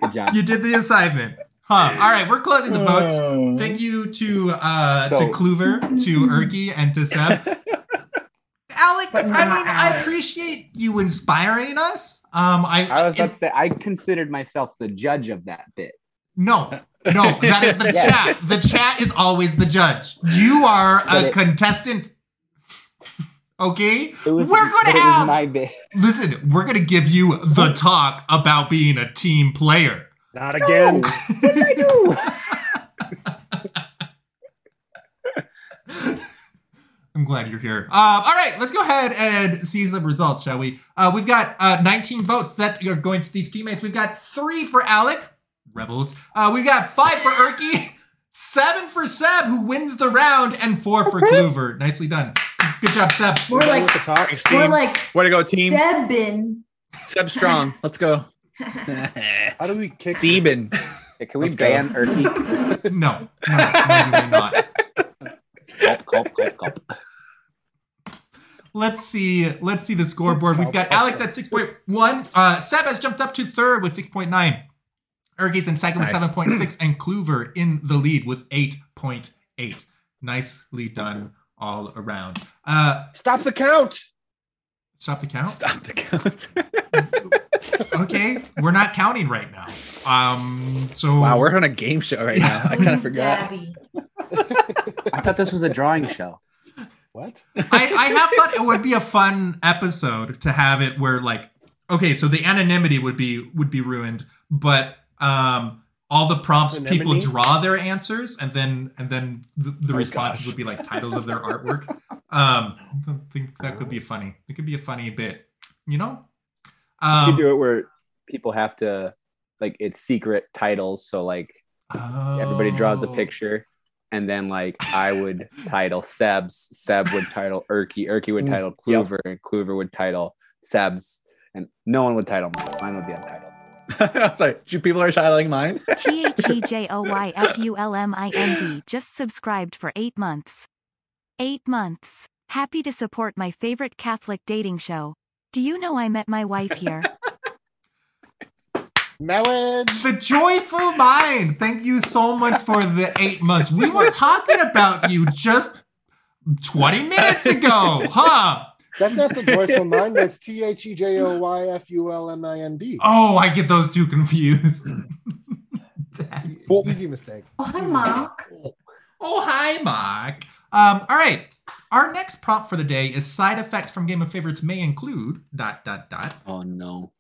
Speaker 5: Good job.
Speaker 2: You did the assignment. Huh. All right, we're closing the votes.
Speaker 3: Uh,
Speaker 2: Thank you to uh
Speaker 5: So-
Speaker 2: to Kluver, to Erky, and to Seb. Alec, I
Speaker 4: But
Speaker 2: mean,
Speaker 4: not
Speaker 2: I
Speaker 4: Alec.
Speaker 2: appreciate you inspiring us. Um, I,
Speaker 5: I was about
Speaker 2: it-
Speaker 5: to say I considered myself the judge of that bit.
Speaker 2: no, no, that is the
Speaker 5: Yeah.
Speaker 2: chat. The chat is always the judge. You are
Speaker 5: But
Speaker 2: a
Speaker 5: it-
Speaker 2: contestant. Okay,
Speaker 5: It was,
Speaker 2: we're
Speaker 5: but
Speaker 2: gonna
Speaker 5: it was
Speaker 2: have.
Speaker 5: my bit.
Speaker 2: listen, we're gonna give you the talk about being a team player.
Speaker 1: Not again.
Speaker 5: What did I do?
Speaker 2: I'm glad you're here. Um, all right, let's go ahead and see some results, shall we? Uh, we've got uh, 19 votes that are going to these teammates. We've got three for Alec, Rebels. Uh, we've got five for Erky, seven for Seb, who wins the round, and four for Glover. Nicely done. Good job, Seb.
Speaker 4: More
Speaker 1: Down
Speaker 4: like,
Speaker 1: with the top.
Speaker 4: more like
Speaker 3: Way to go,
Speaker 4: Sebin.
Speaker 3: Seb Strong. Let's go.
Speaker 1: How do we kick?
Speaker 3: Steven.
Speaker 5: Yeah, Can we
Speaker 3: Let's go.
Speaker 5: ban Erky?
Speaker 2: No, no, no, you may not.
Speaker 5: Gulp, gulp, gulp, gulp.
Speaker 2: Let's see. Let's see the scoreboard. We've got Alex at six point one. Uh, Seb has jumped up to third with six point nine. Ergies and Psycho with
Speaker 3: Nice.
Speaker 2: seven point six, and Kluver in the lead with eight point eight. Nicely done all around. Uh,
Speaker 1: Stop the count.
Speaker 2: stop the count.
Speaker 3: Stop the count.
Speaker 2: Okay, we're not counting right now. Um, so
Speaker 3: wow, we're on a game show right now. I kind of forgot.
Speaker 4: Gabby.
Speaker 5: I thought this was a drawing show.
Speaker 1: What?
Speaker 2: I, I have thought it would be a fun episode to have it where like okay, so the anonymity would be would be ruined, but um all the prompts people
Speaker 1: Anonymity?
Speaker 2: draw their answers and then and then the, the
Speaker 3: Oh,
Speaker 2: responses
Speaker 3: gosh.
Speaker 2: would be like titles of their artwork. Um I think that could be funny. It could be a funny bit, you know?
Speaker 5: Oh. you could
Speaker 2: Um
Speaker 5: do it where people have to like it's secret titles, so like everybody draws a
Speaker 2: oh.
Speaker 5: picture. And then, like, I would title Sebs, Seb would title Erky, Erky would
Speaker 3: Mm,
Speaker 5: title
Speaker 3: yep.
Speaker 5: Kluver, and Kluver would title Sebs, and no one would title mine. Mine would be untitled.
Speaker 3: I'm sorry. Two people are titling mine.
Speaker 6: T H E J O Y F U L M I N D just subscribed for eight months. Eight months. Happy to support my favorite Catholic dating show. Do you know I met my wife here?
Speaker 1: Marriage.
Speaker 2: The joyful mind. Thank you so much for the eight months. We were talking about you just 20 minutes ago, huh?
Speaker 1: That's not the joyful mind. That's T H E J O Y F U L M I N D.
Speaker 2: Oh, I get those two confused. Dang.
Speaker 1: Easy mistake.
Speaker 4: Oh, hi, Mom.
Speaker 2: oh, hi, Mark. Um, all right. Our next prompt for the day is side effects from Game of Favorites may include dot dot dot.
Speaker 5: Oh no!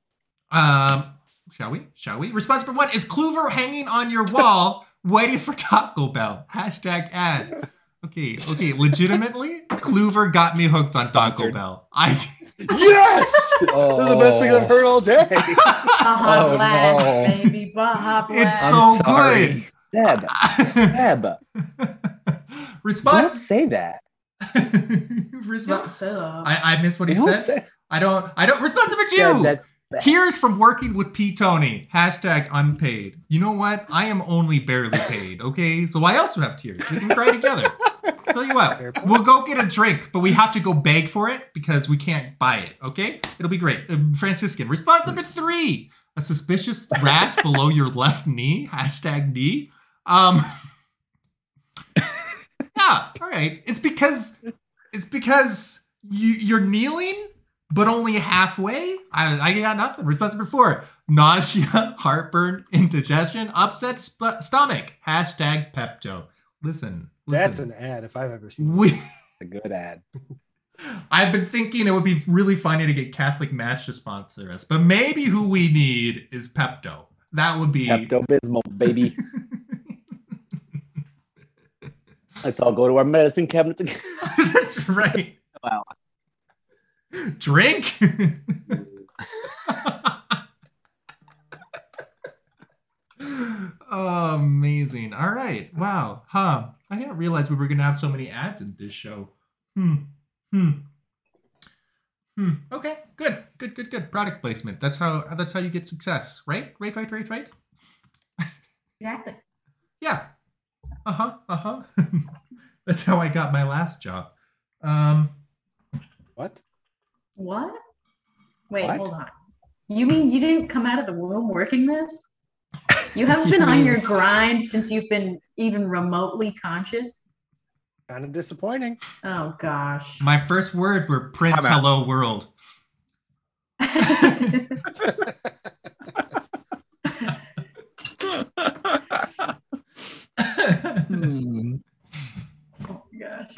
Speaker 2: Um, shall we? Shall we? Response number one is Clover hanging on your wall waiting for Taco Bell. Hashtag ad. Okay, okay. Legitimately, Clover got me hooked on Taco
Speaker 3: Sponsored.
Speaker 2: Bell. I
Speaker 1: Yes. This is the best thing I've heard all day.
Speaker 4: Baja
Speaker 3: Oh,
Speaker 4: Blast,
Speaker 3: no.
Speaker 4: baby. Baja Blast.
Speaker 2: It's
Speaker 3: I'm
Speaker 2: so
Speaker 3: sorry.
Speaker 2: good.
Speaker 5: Seb, Seb, don't
Speaker 2: response.
Speaker 5: say that.
Speaker 4: Don't
Speaker 2: response.
Speaker 4: sit up.
Speaker 2: I, I missed what he
Speaker 5: Don't
Speaker 2: said.
Speaker 5: say
Speaker 2: I don't. I don't. Response number
Speaker 5: Seb,
Speaker 2: two.
Speaker 5: that's bad.
Speaker 2: Tears from working with P. Tony. Hashtag unpaid. You know what? I am only barely paid, okay? So I also have tears. We can cry together. Tell you what, we'll go get a drink, but we have to go beg for it because we can't buy it, okay? It'll be great. Um, Franciscan. Response number three a suspicious rash below your left knee. Hashtag knee. Um, yeah, all right. It's because it's because you, you're kneeling but only halfway. I, I got nothing. Response number four: nausea, heartburn, indigestion, upset sp- stomach. Hashtag Pepto. Listen,
Speaker 1: That's
Speaker 2: listen.
Speaker 1: an ad if I've ever seen.
Speaker 2: we.
Speaker 5: a good ad.
Speaker 2: I've been thinking it would be really funny to get Catholic Match to sponsor us, but maybe who we need is Pepto. That would be
Speaker 5: Pepto Bismol, baby. Let's all go to our medicine cabinets again.
Speaker 2: That's right.
Speaker 5: Wow.
Speaker 2: Drink. Oh, Amazing. All right. Wow. Huh. I didn't realize we were gonna have so many ads in this show. Hmm. Hmm. Hmm. Okay. Good. Good. Good. Good. Product placement. That's how. That's how you get success. Right. Right. Right. Right. Right.
Speaker 4: exactly.
Speaker 2: Yeah. Uh huh. Uh huh. that's how I got my last job. Um.
Speaker 1: What?
Speaker 4: What? Wait,
Speaker 5: What?
Speaker 4: hold on. You mean you didn't come out of the womb working this? You haven't
Speaker 2: You
Speaker 4: been on
Speaker 2: mean-
Speaker 4: your grind since you've been even remotely conscious?
Speaker 1: Kind of disappointing.
Speaker 4: Oh gosh.
Speaker 2: My first words were Prince
Speaker 3: Time out.
Speaker 2: Hello World.
Speaker 3: Hmm.
Speaker 4: Oh, gosh.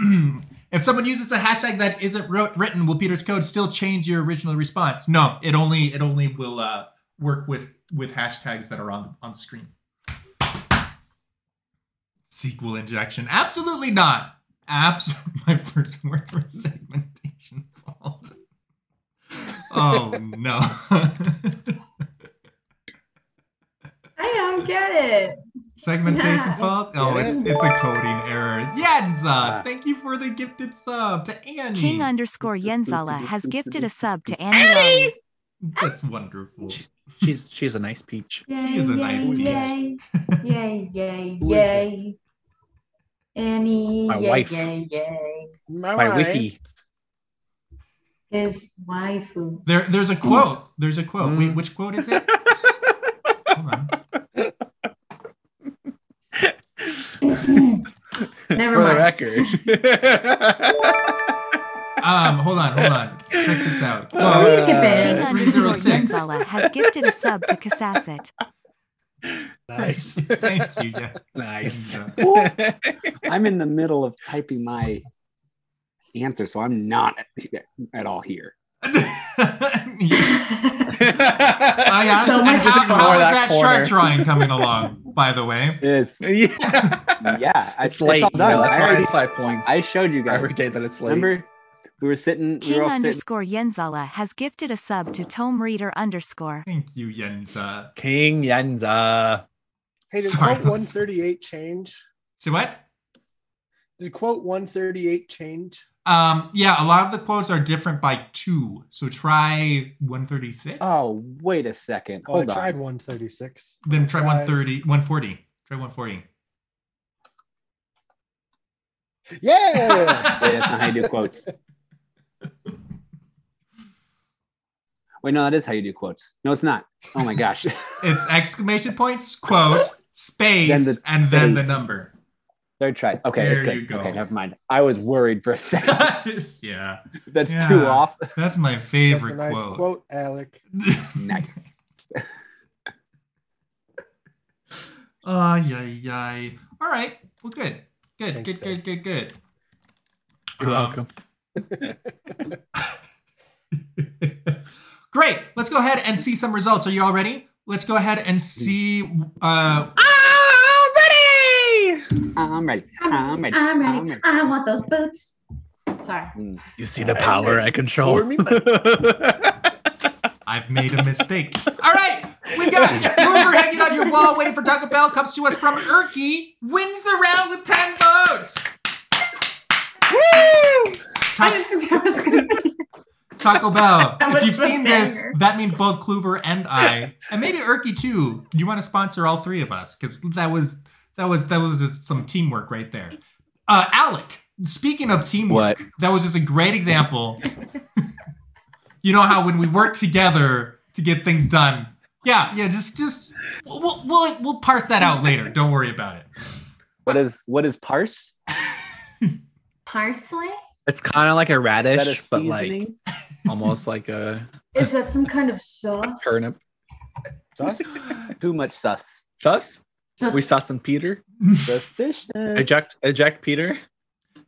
Speaker 2: if someone uses a hashtag that isn't wrote, written, will Peter's code still change your original response? No, it only it only will uh, work with with hashtags that are on the, on the screen. SQL injection? Absolutely not. Abs. My first words were segmentation fault. Oh no.
Speaker 4: I don't get it.
Speaker 2: Segmentation
Speaker 4: Yeah.
Speaker 2: fault? Oh,
Speaker 1: Yeah.
Speaker 2: it's it's a coding error. Yenza,
Speaker 5: Ah.
Speaker 2: thank you for the gifted sub to Annie.
Speaker 6: King underscore Yenzala has gifted a sub to Annie. Lowry.
Speaker 2: That's wonderful.
Speaker 3: she's she's a nice peach.
Speaker 4: Yay,
Speaker 2: is a nice
Speaker 4: yay,
Speaker 2: peach.
Speaker 4: yay, yay, yay,
Speaker 1: Who is that?
Speaker 4: yay. Annie,
Speaker 3: My
Speaker 4: yay,
Speaker 3: wife.
Speaker 4: yay, yay.
Speaker 1: My,
Speaker 3: My
Speaker 1: wife.
Speaker 3: wifey.
Speaker 4: His waifu.
Speaker 2: There, there's a quote. There's a quote. Wait, which quote is it? Hold on.
Speaker 4: Never
Speaker 3: For the
Speaker 4: mind.
Speaker 3: record.
Speaker 2: Um, hold on, hold on. Check this out.
Speaker 4: Oh,
Speaker 3: Uh,
Speaker 2: Quote.
Speaker 4: skip it.
Speaker 6: King underscore
Speaker 2: 306.
Speaker 6: Yunzala has gifted a sub to Kasasset.
Speaker 1: Nice.
Speaker 2: Thank you. yeah.
Speaker 3: nice.
Speaker 5: I'm in the middle of typing my answer, so I'm not at all here.
Speaker 2: Yeah.
Speaker 4: Uh,
Speaker 2: Oh, yeah.
Speaker 4: So
Speaker 2: and
Speaker 4: much
Speaker 2: how,
Speaker 4: power
Speaker 2: how is
Speaker 3: that
Speaker 2: that
Speaker 3: corner.
Speaker 2: shark drawing coming along, by the way?
Speaker 5: It's
Speaker 3: yeah.
Speaker 5: yeah,
Speaker 3: It's late.
Speaker 5: all
Speaker 3: you know,
Speaker 5: done.
Speaker 3: that's
Speaker 5: I,
Speaker 3: why
Speaker 5: already-
Speaker 3: it's five points.
Speaker 5: I showed you
Speaker 3: every day
Speaker 5: guys.
Speaker 3: that it's late.
Speaker 5: Remember, we were sitting. We
Speaker 6: King
Speaker 5: were all sitting.
Speaker 6: underscore Yenzala has gifted a sub to Tome Reader underscore.
Speaker 2: Thank you, Yenza.
Speaker 3: King Yenza.
Speaker 1: Hey, did
Speaker 2: Sorry,
Speaker 1: quote
Speaker 2: that was-
Speaker 1: 138 change?
Speaker 2: See what?
Speaker 1: Did quote 138 change?
Speaker 2: Um, yeah, a lot of the quotes are different by two. So try 136.
Speaker 5: Oh, wait a second.
Speaker 1: Oh, I
Speaker 5: Hold
Speaker 1: tried
Speaker 5: on.
Speaker 1: 136.
Speaker 2: Then try
Speaker 1: Try-
Speaker 2: 130, 140. Try 140.
Speaker 1: Yeah.
Speaker 5: Wait, that's not how you do quotes. Wait, no, that is how you do quotes. No, it's not. Oh my gosh.
Speaker 2: it's exclamation points, quote, space,
Speaker 5: Then the
Speaker 2: and then the
Speaker 5: space.
Speaker 2: number.
Speaker 5: Third try. Okay, that's
Speaker 2: There
Speaker 5: good.
Speaker 2: you go.
Speaker 5: Okay, never mind. I was worried for a second.
Speaker 2: yeah,
Speaker 5: That's two
Speaker 2: Yeah.
Speaker 5: off.
Speaker 2: that's my
Speaker 1: That's
Speaker 2: favorite
Speaker 1: a nice
Speaker 2: quote.
Speaker 1: quote, Alec.
Speaker 5: Nice.
Speaker 2: Ay, ay, ay. All right. Well, good. Good,
Speaker 1: Thanks,
Speaker 2: good, good, good, good,
Speaker 3: You're
Speaker 2: Um,
Speaker 3: welcome.
Speaker 2: Great. Let's go ahead and see some results. Are you all ready? Let's go ahead and see. Uh,
Speaker 3: Ah, buddy!
Speaker 5: I'm ready. I'm ready.
Speaker 4: I'm
Speaker 5: I'm
Speaker 4: ready.
Speaker 5: ready.
Speaker 4: I want those boots. Sorry.
Speaker 3: You see the power I control.
Speaker 1: For me,
Speaker 2: I've made a mistake. all right. We got rumor hanging on your wall, waiting for Taco Bell. Comes to us from Erky. Wins the round with ten votes.
Speaker 3: Woo!
Speaker 4: I didn't think I was gonna
Speaker 2: Taco Bell.
Speaker 4: That
Speaker 2: if
Speaker 4: was
Speaker 2: you've
Speaker 4: the
Speaker 2: seen this,
Speaker 4: banger.
Speaker 2: that means both Kluver and I, and maybe Erky too. You want to sponsor all three of us because that was that was that was just some teamwork right there. Uh, Alec, speaking of teamwork, that was just a great example. you know how when we work together to get things done. Yeah, yeah. Just just we'll we'll, we'll parse that out later. Don't worry about it.
Speaker 5: What is what is parse?
Speaker 4: Parsley?
Speaker 3: It's kind of like a
Speaker 5: Is
Speaker 3: radish,
Speaker 5: that a
Speaker 3: but like
Speaker 5: seasoning?
Speaker 3: almost like a
Speaker 4: Is that some kind of sauce?
Speaker 3: turnip.
Speaker 1: Sus?
Speaker 5: Too much sus.
Speaker 3: Sus?
Speaker 4: So-
Speaker 3: We saw some Peter.
Speaker 5: Suspicious.
Speaker 3: Eject, eject Peter.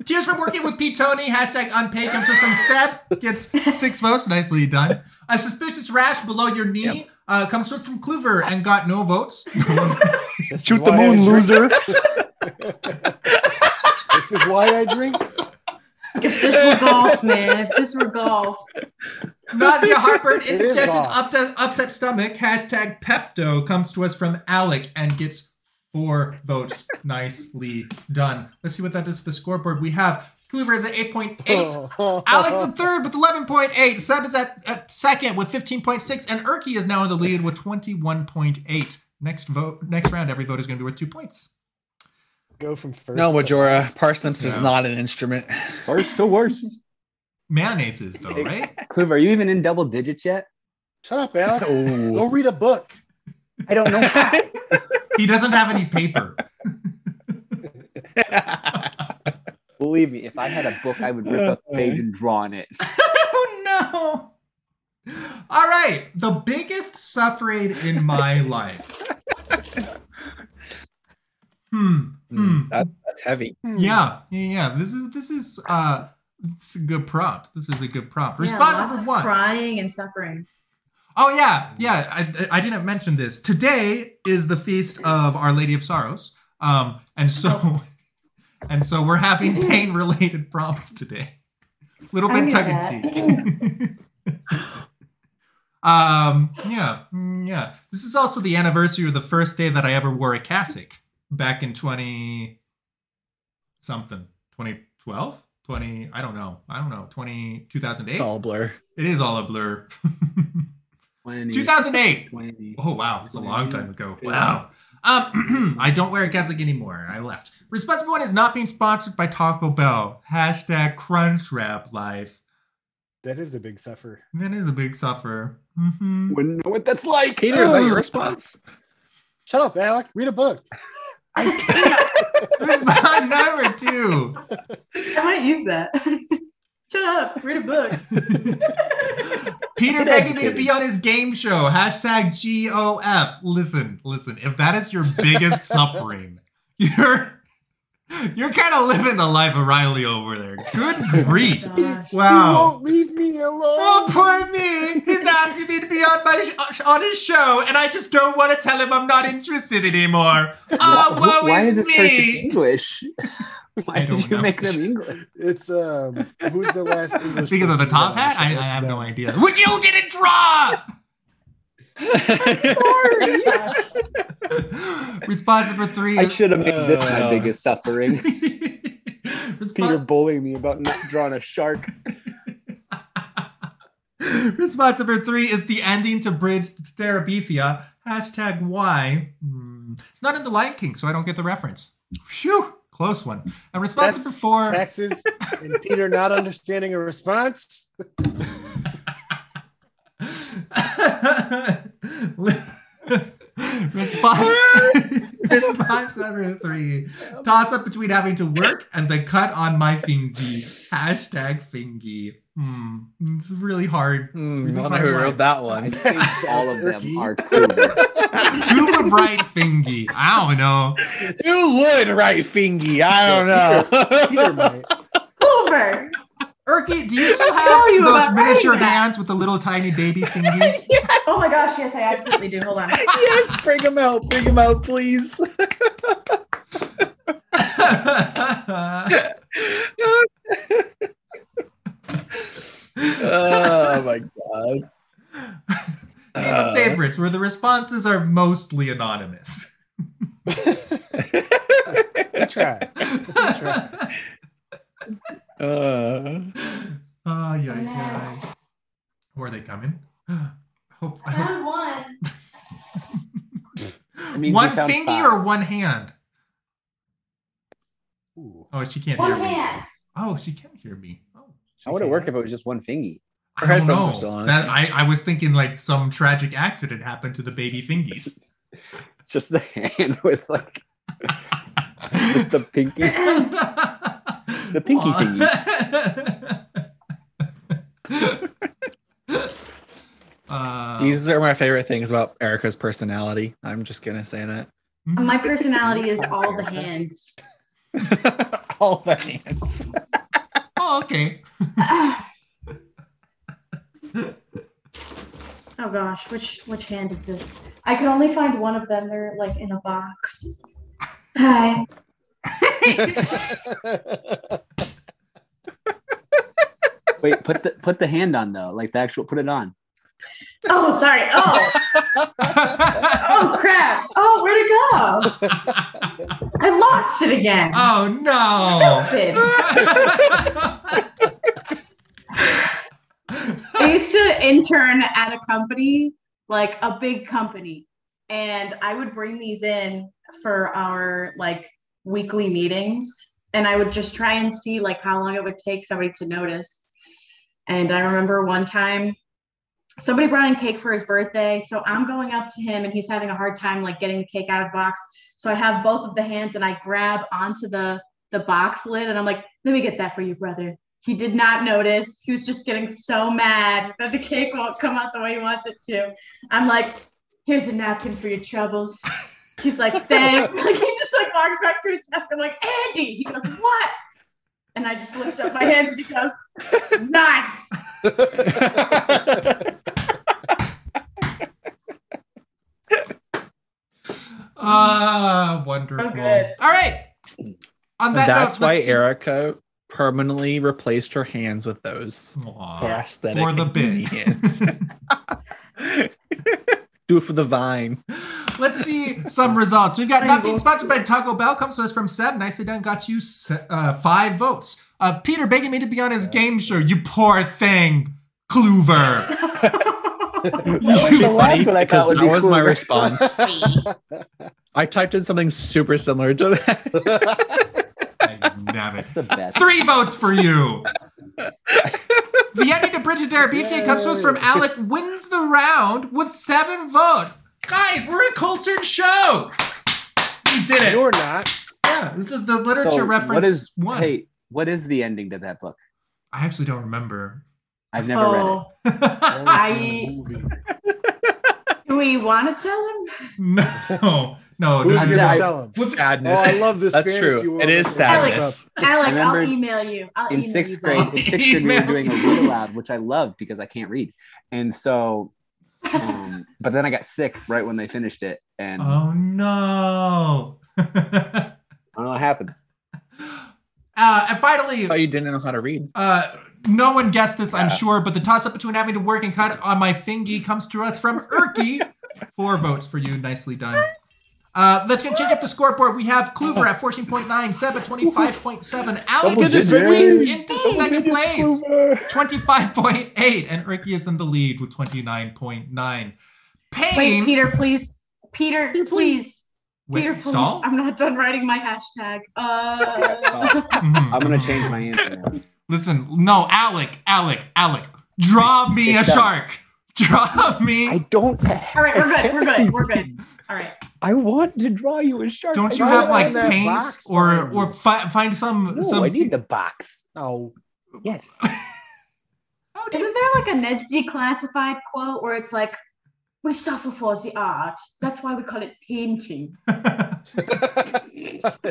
Speaker 2: Tears from working with Pete Tony. Hashtag unpaid comes to us from Seb. Gets six votes. Nicely done. A suspicious rash below your knee uh, comes to us from Kluver and got no votes.
Speaker 1: This is
Speaker 7: Shoot the
Speaker 1: why I
Speaker 7: moon,
Speaker 1: drink-
Speaker 7: loser.
Speaker 1: This is why I drink.
Speaker 4: If this were golf, man. If this were golf.
Speaker 2: Nausea, heartburn,
Speaker 1: It is
Speaker 2: indigestion,
Speaker 1: off.
Speaker 2: up upset stomach. Hashtag Pepto comes to us from Alec and gets four votes. Nicely done. Let's see what that does to the scoreboard. We have Kluver is at 8.8.
Speaker 1: Oh.
Speaker 2: Alex is third with 11.8. Seb is at, at second with 15.6. And Erky is now in the lead with 21.8. Next vote, next round, every vote is going to be worth two points.
Speaker 1: Go from first.
Speaker 3: No,
Speaker 1: to
Speaker 3: Majora,
Speaker 1: last.
Speaker 3: parsnips is
Speaker 2: No.
Speaker 3: not an instrument.
Speaker 5: Worse to worse.
Speaker 2: Mayonnaises, though, right?
Speaker 5: Cliff, are you even in double digits yet?
Speaker 1: Shut up, Alex.
Speaker 3: Ooh.
Speaker 1: Go read a book.
Speaker 5: I don't know. how.
Speaker 2: He doesn't have any paper.
Speaker 5: Believe me, if I had a book, I would rip up the page and draw on it.
Speaker 2: oh, no. All right. The biggest suffering in my life. Hmm. Hmm.
Speaker 3: Mm, that- that's heavy.
Speaker 1: Hmm.
Speaker 2: Yeah, yeah, yeah. This is this is uh it's a good prompt. This is a good prompt.
Speaker 4: Yeah,
Speaker 2: Response
Speaker 4: lots
Speaker 2: number
Speaker 4: of
Speaker 2: one.
Speaker 4: Crying and suffering.
Speaker 2: Oh yeah, yeah. I, I didn't mention this. Today is the feast of Our Lady of Sorrows. Um, and so, and so we're having pain-related prompts today. Little
Speaker 4: I
Speaker 2: bit
Speaker 4: knew
Speaker 2: tug and cheek. um, yeah, mm, yeah. This is also the anniversary of the first day that I ever wore a cassock back in twenty something, twenty twelve. 20 i don't know i don't know 20 2008
Speaker 3: It's all a blur.
Speaker 2: it is all a blur
Speaker 5: 20,
Speaker 2: 2008
Speaker 5: 20.
Speaker 2: Oh wow, it's a long time ago. Wow. Um, I don't wear a cassock anymore. I left. Responsible one is not being sponsored by Taco Bell. Hashtag Crunchwrap Life.
Speaker 1: That is a big suffer.
Speaker 2: That is a big sufferer. hmm
Speaker 5: Wouldn't know what that's like.
Speaker 3: Peter, is that your response?
Speaker 1: Shut up, Alec. Read a book.
Speaker 5: I can't.
Speaker 2: this is my number two.
Speaker 4: I might use that. Shut up. Read a book.
Speaker 2: Peter
Speaker 5: No
Speaker 2: begging me to
Speaker 5: kidding.
Speaker 2: be on his game show. Hashtag GOF. Listen, listen. If that is your biggest suffering, you're you're kind of living the life of Riley over there. Good grief!
Speaker 4: Oh Gosh.
Speaker 1: You
Speaker 2: Wow.
Speaker 1: won't leave me alone.
Speaker 2: Oh, poor me! He's asking me to be on my sh- on his show, and I just don't want to tell him I'm not interested anymore.
Speaker 5: Why-
Speaker 2: Oh, woe
Speaker 5: why
Speaker 2: is
Speaker 5: is this person
Speaker 2: me!
Speaker 5: English? Why
Speaker 2: I don't
Speaker 5: did you
Speaker 2: know.
Speaker 5: make them English?
Speaker 1: It's um. Who's the last English?
Speaker 2: Because of the
Speaker 1: person
Speaker 2: top
Speaker 1: on
Speaker 2: hat, I,
Speaker 1: show?
Speaker 2: I
Speaker 1: It's
Speaker 2: have no
Speaker 1: them.
Speaker 2: idea. Which you didn't draw.
Speaker 5: Hmm,
Speaker 2: Response number three.
Speaker 5: I
Speaker 2: Is-
Speaker 5: should have made this my
Speaker 3: Uh.
Speaker 5: biggest suffering. Peter
Speaker 2: Response,
Speaker 5: bullying me about not drawing a shark.
Speaker 2: response number three is the ending to Bridge Terabithia. Hashtag why. Hmm. It's not in The Lion King, so I don't get the reference. Phew, close one. And response
Speaker 1: That's
Speaker 2: number four.
Speaker 1: Taxes and Peter not understanding a response.
Speaker 2: response, response number three. Toss up between having to work and the cut on my fingy. Hashtag fingy. Hmm. It's really hard. It's
Speaker 3: Hmm,
Speaker 2: really
Speaker 3: I don't know
Speaker 2: hard
Speaker 3: who
Speaker 2: life.
Speaker 3: wrote that
Speaker 5: I
Speaker 3: one.
Speaker 5: think all of
Speaker 1: Turkey.
Speaker 5: them are included.
Speaker 2: Who would write fingy? I don't know.
Speaker 3: you would write Fingy. I don't
Speaker 1: Peter
Speaker 3: know.
Speaker 1: might.
Speaker 4: Cooler.
Speaker 2: Erky, do you still
Speaker 4: I told
Speaker 2: have
Speaker 4: you
Speaker 2: those
Speaker 4: about
Speaker 2: miniature
Speaker 4: writing that.
Speaker 2: hands with the little tiny baby fingies?
Speaker 4: Oh my gosh, yes, I absolutely do. Hold on.
Speaker 3: yes, bring him out. Bring him out, please. oh my god. Uh,
Speaker 2: Name of favorites, where the responses are mostly anonymous.
Speaker 1: We try.
Speaker 2: Ah,
Speaker 3: Uh,
Speaker 2: oh, yeah, yeah. Who are they coming? Hope, I hope-
Speaker 8: Found one.
Speaker 5: That means we
Speaker 2: one
Speaker 5: found
Speaker 2: fingy
Speaker 5: five.
Speaker 2: or one hand?
Speaker 1: Ooh.
Speaker 2: Oh, she can't
Speaker 8: One
Speaker 2: hear me.
Speaker 8: hand.
Speaker 2: Oh, she can't hear me. Oh,
Speaker 5: How would it work if it was just one fingy?
Speaker 2: I
Speaker 3: Her
Speaker 2: don't
Speaker 3: headphones are
Speaker 2: know.
Speaker 3: still on.
Speaker 2: That, I, I was thinking like some tragic accident happened to the baby fingies.
Speaker 5: Just the hand with like just the pinky.
Speaker 2: the
Speaker 5: pinky
Speaker 2: uh,
Speaker 3: these are my favorite things about Erica's personality. I'm just gonna say
Speaker 2: mm-hmm.
Speaker 4: My personality is all the hands.
Speaker 3: that. All the hands.
Speaker 2: oh, okay.
Speaker 4: Ah. oh gosh, which which hand is this? I could only find one of them. They're like in a box. Hi.
Speaker 5: Wait, put the put the hand on though, like the actual. Put it on.
Speaker 4: Oh, sorry. Oh, oh crap. Oh, where'd it go? I lost it again.
Speaker 2: oh no.
Speaker 4: Stupid. I used to intern at a company, like a big company, and I would bring these in for our like weekly meetings, and I would just try and see like how long it would take somebody to notice. And I remember one time somebody brought in cake for his birthday, so I'm going up to him and he's having a hard time like getting the cake out of the box. So I have both of the hands and I grab onto the the box lid and I'm like, "Let me get that for you, brother." He did not notice. He was just getting so mad that the cake won't come out the way he wants it to. I'm like, here's a napkin for your troubles. He's like, thanks. like he just like walks back to his desk. I'm like, Andy. He goes, what? And I just lift up my hands and he goes, nice.
Speaker 2: Ah, wonderful.
Speaker 4: good.
Speaker 2: All right. On that
Speaker 3: That's
Speaker 2: note,
Speaker 3: why
Speaker 2: let's-
Speaker 3: Erica permanently replaced her hands with those
Speaker 2: Aw.
Speaker 3: for aesthetic
Speaker 2: Uh, For the bit.
Speaker 3: convenience. Do it for the vine.
Speaker 2: Let's see some results. We've got
Speaker 4: Thank
Speaker 2: not being
Speaker 4: you.
Speaker 2: sponsored by Taco Bell comes to us from Seb. Nicely done. Got you se- uh, five votes. Uh, Peter begging me to be on his game show. You poor thing, Clover.
Speaker 5: was the last
Speaker 3: Funny,
Speaker 5: one I
Speaker 3: because
Speaker 5: thought would
Speaker 3: that
Speaker 5: be
Speaker 3: was
Speaker 5: cool.
Speaker 3: my response. I typed in something super similar to that.
Speaker 2: Damn it.
Speaker 5: That's the best.
Speaker 2: Three votes for you. The ending to Bridge of Darabithia comes to us from Alec wins the round with seven votes. Guys, we're a cultured show. We did it.
Speaker 1: You're not.
Speaker 2: Yeah, the, the literature
Speaker 5: So
Speaker 2: reference
Speaker 5: what is
Speaker 2: one.
Speaker 5: Hey, what is the ending to that book?
Speaker 2: I actually don't remember.
Speaker 5: I've never read it.
Speaker 4: Oh,
Speaker 1: Only seen
Speaker 4: I-
Speaker 1: the movie.
Speaker 4: do we want to tell him?
Speaker 2: no, no,
Speaker 1: Who's
Speaker 2: no,
Speaker 1: gonna
Speaker 2: no.
Speaker 3: I-
Speaker 1: tell him?
Speaker 2: What's-
Speaker 1: Oh,
Speaker 3: Sadness.
Speaker 1: I love this.
Speaker 3: That's
Speaker 1: fantasy
Speaker 3: true.
Speaker 1: world.
Speaker 3: It is sadness.
Speaker 4: Alec, I'll
Speaker 5: remember
Speaker 4: email you. I'll
Speaker 5: In
Speaker 4: email
Speaker 5: sixth
Speaker 4: you guys.
Speaker 5: grade, in sixth grade, we were doing a
Speaker 2: Email.
Speaker 5: read aloud, which I loved because I can't read. And so, um, but then I got sick right when they finished it, and
Speaker 2: Oh no.
Speaker 5: I don't know what happens.
Speaker 2: uh, and finally,
Speaker 3: Oh, you didn't know how to read.
Speaker 2: Uh, no one guessed this, I'm
Speaker 5: Yeah.
Speaker 2: sure, but the toss up between having to work and cut on my thingy comes to us from Erky. Four votes for you. Nicely done. Uh, let's go change up the scoreboard. We have Kluver at 14.9, Seb at 25.7, Alec
Speaker 1: Double digits.
Speaker 2: just squeezed into second place, 25.8, and Erky is in the lead with 29.9.
Speaker 4: Wait,
Speaker 2: Pain.
Speaker 4: Peter, please. Peter, please.
Speaker 2: Wait,
Speaker 4: Peter, please.
Speaker 2: stall?
Speaker 4: I'm not done writing my hashtag. Uh,
Speaker 2: Mhm,
Speaker 5: I'm gonna
Speaker 2: mhm.
Speaker 5: change my answer. Now.
Speaker 2: Listen, no, Alec, Alec, Alec, draw me a
Speaker 5: It's done.
Speaker 2: shark. Draw me.
Speaker 5: I don't.
Speaker 4: all right, we're good. We're good. We're good. All right.
Speaker 5: I want to draw you a shark.
Speaker 2: Don't
Speaker 5: I
Speaker 2: you
Speaker 1: Try
Speaker 2: have
Speaker 1: it
Speaker 2: like
Speaker 1: in that
Speaker 2: paint
Speaker 1: box,
Speaker 2: or
Speaker 1: though.
Speaker 2: or fi- find some
Speaker 5: No,
Speaker 2: some?
Speaker 5: I need the box.
Speaker 1: Oh,
Speaker 5: Yes.
Speaker 2: How do you-
Speaker 4: Isn't there like a Ned's declassified quote where it's like, we suffer for the art. That's why we call it painting. It's like the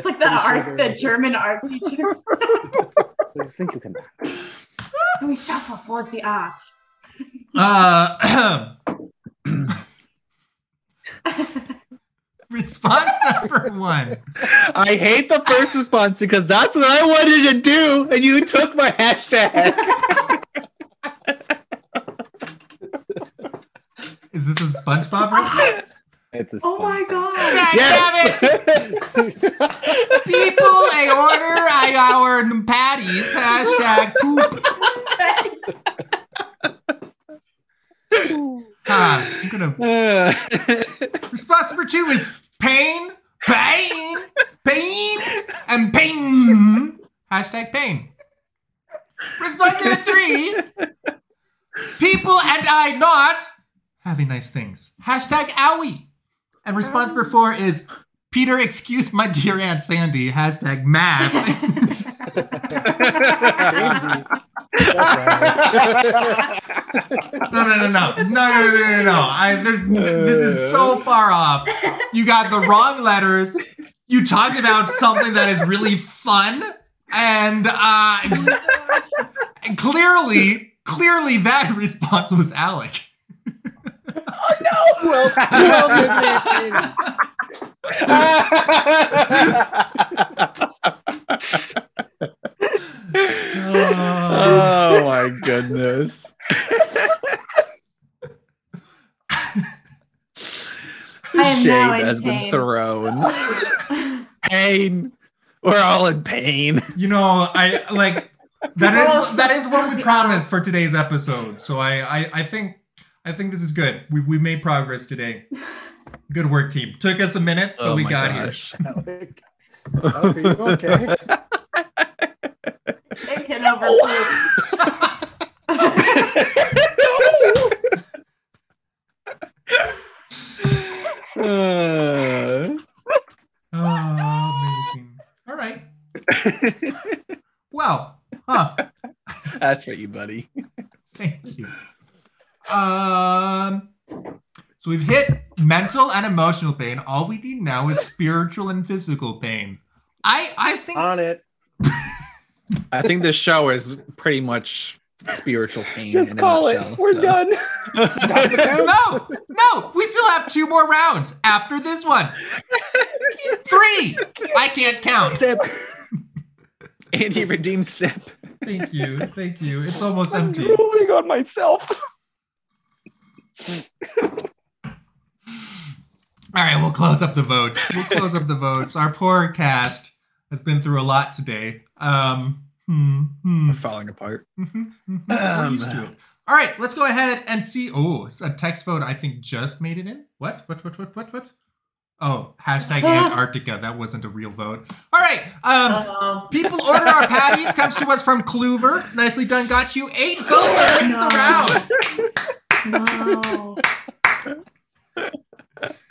Speaker 1: Pretty sure
Speaker 4: art,
Speaker 1: there
Speaker 4: the
Speaker 1: is.
Speaker 4: German art teacher.
Speaker 5: I think you can.
Speaker 4: we suffer for the art.
Speaker 2: Uh, response number one.
Speaker 3: I hate the first response because that's what I wanted to do, and you took my hashtag.
Speaker 2: Is this a SpongeBob reference?
Speaker 5: It's a.
Speaker 4: Oh my
Speaker 5: sponge.
Speaker 4: god.
Speaker 2: God damn it!
Speaker 3: Yes.
Speaker 2: People, they order I- our patties. Hashtag poop. Huh, I'm gonna Response number two is pain, pain, pain, and pain. Hashtag pain. Response number three people and I not having nice things. Hashtag owie. And response number four is Peter, excuse my dear Aunt Sandy. Hashtag mad.
Speaker 1: Andy. That's all right.
Speaker 2: No, no, no, no, no, no, no, no, no, no. I, there's this is so far off. You got the wrong letters. You talked about something that is really fun, and uh, clearly, clearly, that response was Alec.
Speaker 1: who else? Who else is Aunt Sandy?
Speaker 3: oh my goodness.
Speaker 4: I am
Speaker 3: Shade
Speaker 4: now in
Speaker 3: has been
Speaker 4: pain.
Speaker 3: thrown. Pain. We're all in pain.
Speaker 2: You know, I like that is that is what we promised for today's episode. So I, I, I think, I think this is good. We we made progress today. Good work, team. Took us a minute, but
Speaker 3: Oh
Speaker 2: we
Speaker 3: my
Speaker 2: got here.
Speaker 3: gosh.
Speaker 1: Alec. Alec, are you okay?
Speaker 4: Taken over. please.
Speaker 3: Uh,
Speaker 2: Oh, amazing. All right. Well, huh.
Speaker 3: that's for you, buddy.
Speaker 2: Thank you. Um, so we've hit mental and emotional pain. All we need now is spiritual and physical pain. I I think
Speaker 1: On it.
Speaker 3: I think this show is pretty much spiritual pain.
Speaker 5: Just
Speaker 3: in a
Speaker 5: call it.
Speaker 3: nutshell,
Speaker 5: We're
Speaker 3: so.
Speaker 5: done.
Speaker 2: no, no. We still have two more rounds after this one. Three. I can't count.
Speaker 3: Sip. Andy redeemed sip.
Speaker 2: Thank you. Thank you. It's almost
Speaker 5: I'm
Speaker 2: empty.
Speaker 5: drooling on myself.
Speaker 2: All right, we'll close up the votes. We'll close up the votes. Our poor cast has been through a lot today. Um, hmm, hmm,
Speaker 3: I'm falling apart.
Speaker 2: mhm, mhm. We're used to it. All right, let's go ahead and see. Oh, it's a text vote. I think just made it in. What? What? What? What? What? What? Oh, hashtag Antarctica. That wasn't a real vote. All right. Um,
Speaker 4: Oh,
Speaker 2: people order our patties. Comes to us from Clover. Nicely done. Got you eight votes. That wins the round.
Speaker 4: no.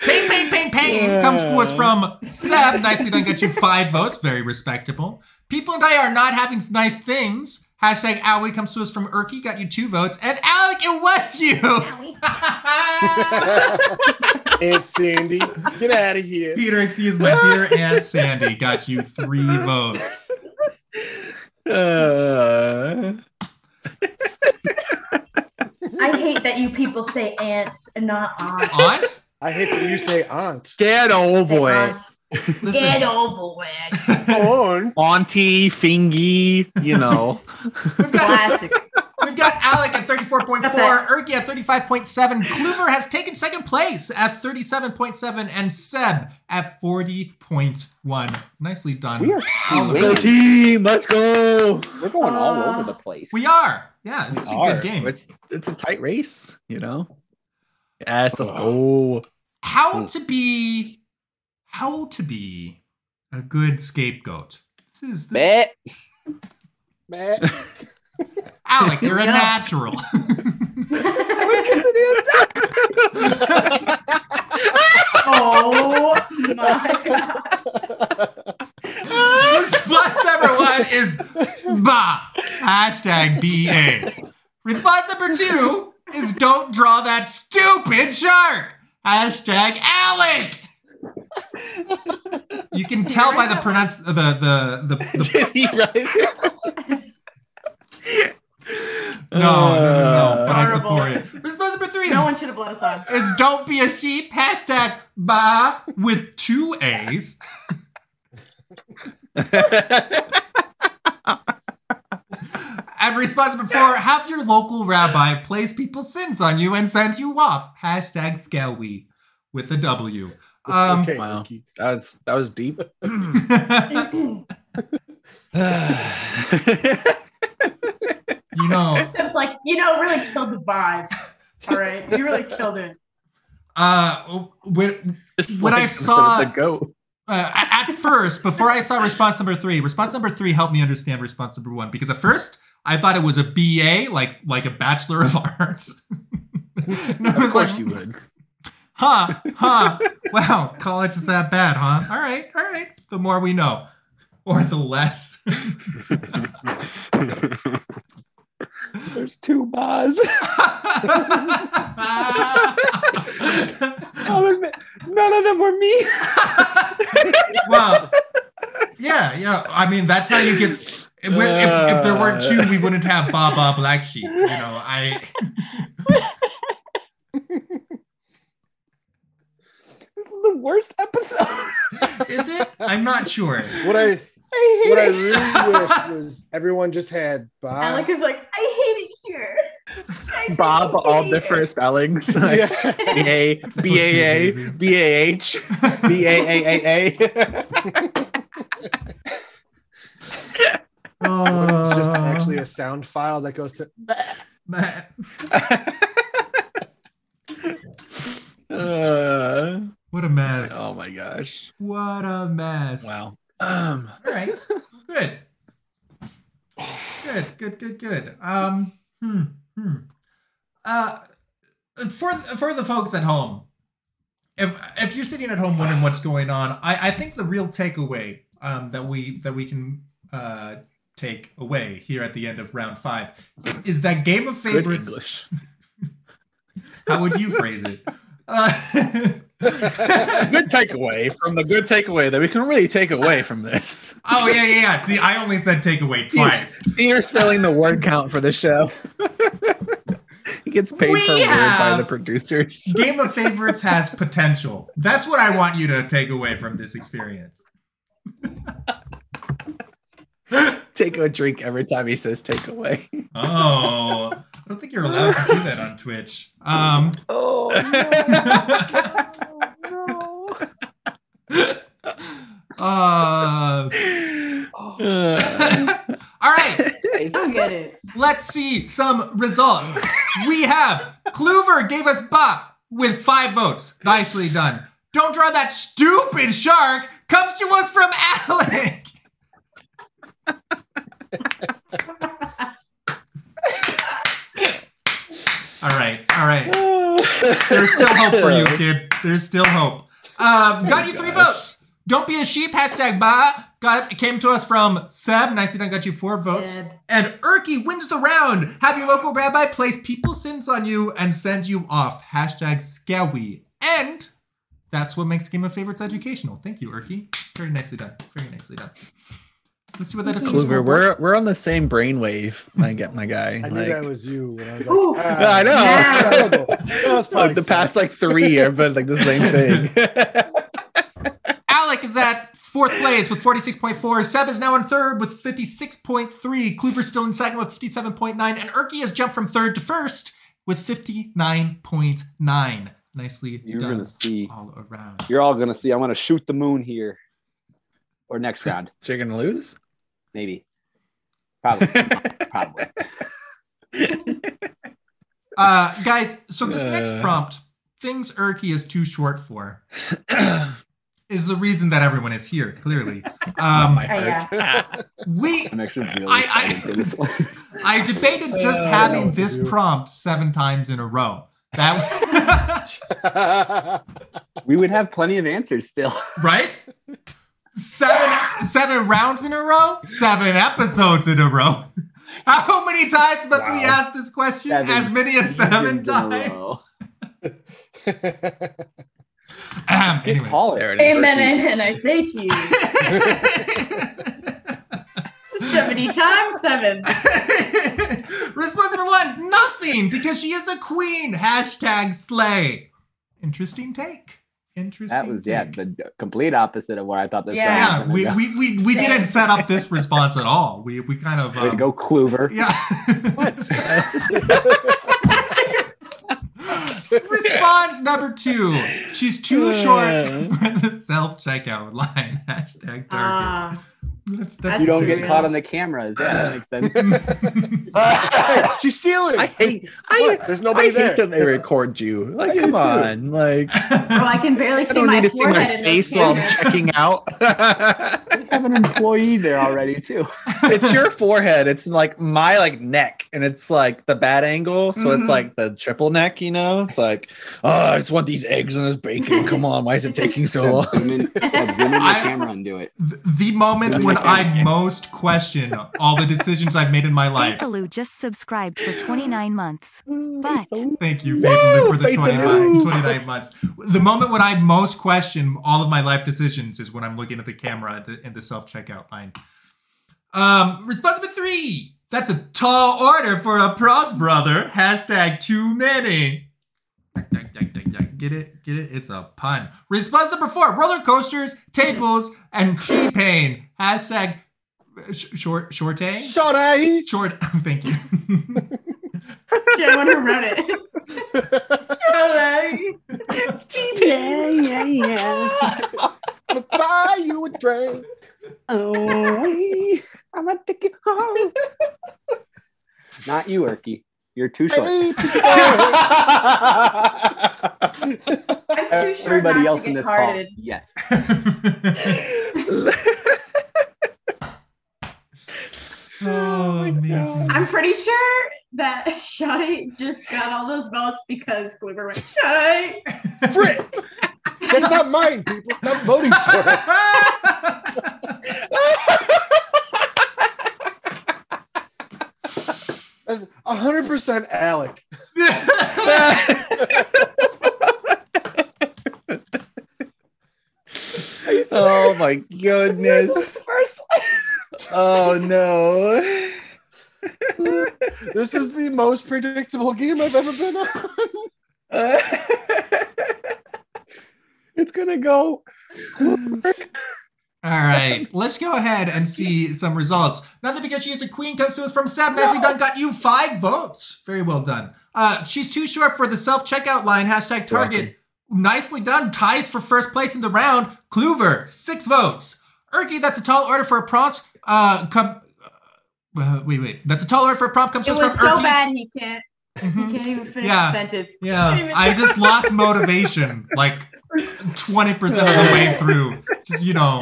Speaker 2: Pain, pain, pain, pain comes to us from Seb. Nicely done. Got you five votes. Very respectable. People and I are not having nice things. Hashtag Owie comes to us from Erky. Got you two votes. And Alec, it was you.
Speaker 1: Aunt Sandy, get out of here.
Speaker 2: Peter, excuse my dear Aunt Sandy. Got you three votes.
Speaker 3: Uh,
Speaker 4: I hate that you people say ants and not aunts.
Speaker 2: Aunt,
Speaker 1: I hate that you say aunt.
Speaker 3: get over it.
Speaker 4: Aunts. Get
Speaker 2: listen.
Speaker 4: over it.
Speaker 1: Aunt.
Speaker 3: Auntie, fingy, you know.
Speaker 2: We've got,
Speaker 4: Classic.
Speaker 2: we've got Alec at 34.4, Erky at 35.7, Kluver has taken second place at 37.7, and Seb at 40.1. Nicely done.
Speaker 5: We are
Speaker 2: All
Speaker 3: Go
Speaker 2: of it.
Speaker 5: sweet.
Speaker 3: team, let's go.
Speaker 5: We're going all
Speaker 4: Uh,
Speaker 5: over the place.
Speaker 2: We are. Yeah, this is a
Speaker 3: Are.
Speaker 2: good game.
Speaker 3: It's it's a tight race, you know. Oh. Yes, let's
Speaker 2: oh.
Speaker 3: go.
Speaker 2: How to be how to be a good scapegoat. This is this,
Speaker 5: Bet.
Speaker 1: Man.
Speaker 2: Alec, you're a
Speaker 4: Yeah.
Speaker 2: natural.
Speaker 4: oh my god.
Speaker 2: the response number one is ba. Hashtag BA. Response number two is don't draw that stupid shark. Hashtag Alec. You can tell by the pronounce the the the, the
Speaker 3: Did he write-
Speaker 2: no, no no no but I
Speaker 4: Horrible.
Speaker 2: support it. Response number three is
Speaker 4: No one should have let us on.
Speaker 2: is don't be a sheep. Hashtag ba with two A's. And response number four, have your local rabbi place people's sins on you and send you off. Hashtag scalwe with a W. Um,
Speaker 1: okay,
Speaker 3: Wow.
Speaker 1: Ricky.
Speaker 3: that was that was deep.
Speaker 2: you know,
Speaker 4: So it's like, you know, it really killed the vibe. All right. You really killed it.
Speaker 2: uh, when,
Speaker 3: Just
Speaker 2: When I saw-
Speaker 3: the goat.
Speaker 2: uh, at at first, before I saw response number three, response number three helped me understand response number one because at first I thought it was a BA, like like a Bachelor of Arts. No, it
Speaker 3: Of
Speaker 2: was
Speaker 3: course
Speaker 2: like,
Speaker 3: you would.
Speaker 2: huh, huh. Wow, college is that bad, huh? All right, all right. The more we know, or the less.
Speaker 5: There's two bars.
Speaker 2: well,
Speaker 5: None of them were me.
Speaker 2: yeah, yeah. I mean, that's how you get. If, if, if there weren't two, we wouldn't have Baba Black Sheep. You know, I.
Speaker 5: This is the worst episode.
Speaker 2: Is it? I'm not sure.
Speaker 1: What I
Speaker 5: I hate
Speaker 1: what I
Speaker 5: it.
Speaker 1: really wish was everyone just had
Speaker 4: Alec
Speaker 1: Bob.
Speaker 4: is like, I hate it here. I hate
Speaker 3: Bob,
Speaker 4: it
Speaker 3: all
Speaker 4: here."
Speaker 3: different spellings.
Speaker 1: Yeah.
Speaker 3: B A B A A B A H B A A A A.
Speaker 1: It's just
Speaker 2: Uh,
Speaker 1: actually a sound file that goes to
Speaker 2: Oh,
Speaker 3: Uh,
Speaker 2: what a mess.
Speaker 3: oh my gosh!
Speaker 2: What a mess.
Speaker 3: Wow. Um.
Speaker 2: All right. Good. Good. Good. Good. Good. Um. Hmm. Hmm. Uh, for for the folks at home, if if you're sitting at home wondering what's going on, I I think the real takeaway um that we that we can uh take away here at the end of round five is that game of
Speaker 3: Good
Speaker 2: favorites.
Speaker 3: English.
Speaker 2: How would you phrase it? Uh,
Speaker 3: Good takeaway from the good takeaway that we can really take away from this.
Speaker 2: oh yeah, yeah, yeah. See, I only said takeaway twice.
Speaker 3: You're spelling the word count for the show. he gets paid
Speaker 2: We
Speaker 3: per word by
Speaker 2: have-
Speaker 3: the producers.
Speaker 2: Game of Favorites has potential. That's what I want you to take away from this experience.
Speaker 3: Take a drink every time he says takeaway.
Speaker 2: Oh, I don't think you're allowed to do that on Twitch. Um,
Speaker 5: Oh, no.
Speaker 2: uh,
Speaker 3: Uh,
Speaker 2: all right,
Speaker 4: You get it.
Speaker 2: let's see some results. We have Kluver gave us Bop with five votes. Nicely done. don't draw that stupid shark comes to us from Alec. all right, all right. There's still hope for you, kid. There's still hope. Um, got you three votes. Don't be a sheep. Hashtag ba. Got came to us from Seb. Nicely done. Got you four votes.
Speaker 4: Seb.
Speaker 2: And Erky wins the round. Have your local rabbi place people sins on you and send you off. Hashtag scowie. And that's what makes Game of Favorites educational. Thank you, Erky. Very nicely done. Very nicely done. Let's see what that is. on the
Speaker 3: Kluver,
Speaker 2: scoreboard.
Speaker 3: we're we're on the same brainwave. I get my guy.
Speaker 1: I knew
Speaker 3: like-
Speaker 1: that was you when I was
Speaker 4: Ooh.
Speaker 1: like, ah,
Speaker 3: Yeah, I know.
Speaker 1: terrible. That was probably
Speaker 3: Like the
Speaker 1: Seb.
Speaker 3: past like three have been like the same thing.
Speaker 2: Alec is at fourth place with 46.4. Seb is now in third with 56.3. Kluver's still in second with 57.9. And Erky has jumped from third to first with 59.9. Nicely
Speaker 5: You're
Speaker 2: done
Speaker 5: gonna see.
Speaker 2: all around.
Speaker 5: You're all gonna see. I'm gonna shoot the moon here, or next round
Speaker 3: so you're gonna lose.
Speaker 5: maybe. Probably. Probably.
Speaker 2: Uh, guys, so this next
Speaker 3: Uh.
Speaker 2: prompt, things Erky is too short for, is the reason that everyone is here, clearly. Um,
Speaker 3: my
Speaker 4: Oh, yeah.
Speaker 2: we
Speaker 5: I'm actually really
Speaker 2: I- I-
Speaker 5: excited for this one.
Speaker 2: I debated just
Speaker 3: Uh, I don't
Speaker 1: know
Speaker 2: having
Speaker 1: what to
Speaker 2: this
Speaker 1: do.
Speaker 2: prompt seven times in a row. That
Speaker 5: we would have plenty of answers still.
Speaker 2: right? Seven seven rounds in a row, seven episodes in a row. How many times must we
Speaker 3: Wow.
Speaker 2: ask this question?
Speaker 5: Seven
Speaker 2: as many as seven
Speaker 5: seasons in a
Speaker 2: times.
Speaker 5: row.
Speaker 2: Ahem,
Speaker 5: Get
Speaker 2: anyway.
Speaker 5: taller.
Speaker 3: There it is.
Speaker 4: Amen, and I say to you, seventy times seven.
Speaker 2: Response number one: nothing, because she is a queen. Hashtag slay. Interesting take. Interesting.
Speaker 5: That was yeah,
Speaker 2: take.
Speaker 5: the complete opposite of where I thought this.
Speaker 4: Yeah.
Speaker 2: yeah,
Speaker 5: round was
Speaker 2: we,
Speaker 5: gonna
Speaker 2: we, we, we didn't set up this response at all. We we kind of
Speaker 5: go. Way to
Speaker 2: um,
Speaker 5: go, Kluver.
Speaker 2: yeah. Response number two. She's too short for the self checkout line. Hashtag target.
Speaker 4: Ah,
Speaker 2: that's
Speaker 5: You don't
Speaker 4: Yeah.
Speaker 5: get caught on the cameras. Yeah, that makes sense.
Speaker 1: hey, she's stealing.
Speaker 3: I hate. I,
Speaker 1: What? There's
Speaker 3: I
Speaker 1: nobody
Speaker 3: hate
Speaker 1: there.
Speaker 3: that they record you. Like,
Speaker 5: I do
Speaker 3: come
Speaker 5: too.
Speaker 3: on. Like,
Speaker 4: oh, I can barely
Speaker 3: I
Speaker 4: see
Speaker 3: don't
Speaker 4: my
Speaker 3: need to see my
Speaker 4: forehead in those
Speaker 3: face while I'm
Speaker 4: cameras.
Speaker 3: checking out.
Speaker 5: We have an employee there already too.
Speaker 3: it's your forehead. It's like my like neck, and it's like the bad angle. So
Speaker 4: Mhm.
Speaker 3: it's like the triple neck. You know, it's like, oh, I just want these eggs and this bacon. Come on, why is it taking so long?
Speaker 5: Zoom in, yeah, zoom in the
Speaker 2: I-
Speaker 5: camera and do it.
Speaker 2: Th- the moment when I most question all the decisions I've made in my life.
Speaker 6: Faithalu just subscribed for 29 months. But
Speaker 2: Thank you,
Speaker 3: Woo!
Speaker 2: Faithfully, for the
Speaker 3: Faith
Speaker 2: 29,
Speaker 3: Lou.
Speaker 2: 29 months. The moment when I most question all of my life decisions is when I'm looking at the camera at the, in the self checkout line. Um, response number three. That's a tall order for a props brother. Hashtag too many. Duck, duck, duck, duck, duck. Get it? Get it? It's a pun. Response number four roller coasters, tables, and T pain. Hashtag sh- short, shorte?
Speaker 1: Shot I.
Speaker 2: Short. Thank you.
Speaker 4: Jen, who wrote it? Hello.
Speaker 5: Yeah, yeah, yeah.
Speaker 1: I'ma buy you a drink.
Speaker 5: Oh, I'm a dicky home. Not you, Erky. You're too short.
Speaker 1: Hey,
Speaker 4: I'm too short
Speaker 5: Everybody
Speaker 4: not
Speaker 5: else
Speaker 4: to
Speaker 5: in
Speaker 4: get
Speaker 5: this
Speaker 4: carded.
Speaker 5: call. Yes.
Speaker 2: Oh, amazing.
Speaker 4: I'm pretty sure that Shadi just got all those votes because Gliver went Shadi.
Speaker 1: Frick. That's not mine, people. Stop voting for it. That's 100% Alec.
Speaker 3: oh my goodness. Oh no.
Speaker 1: This is the most predictable game I've ever been on.
Speaker 3: Uh,
Speaker 5: It's gonna go.
Speaker 2: All right, let's go ahead and see some results. Nothing because she is a queen comes to us from Seb. Nicely done. Got you five votes. Very well done. Uh, she's too short for the self checkout line. Hashtag target. Nicely done. Ties for first place in the round. Kluver, six votes. Erky, that's a tall order for a prompt. Uh, come. Uh, wait, wait. That's a tall order for a prompt. Comes
Speaker 4: It
Speaker 2: to
Speaker 4: was
Speaker 2: us
Speaker 4: so
Speaker 2: from Erky.
Speaker 4: bad he can't. He
Speaker 2: Mhm.
Speaker 4: can't even finish
Speaker 2: Yeah.
Speaker 4: the sentence.
Speaker 2: Yeah, I just lost motivation like 20% of the way through. Just, you know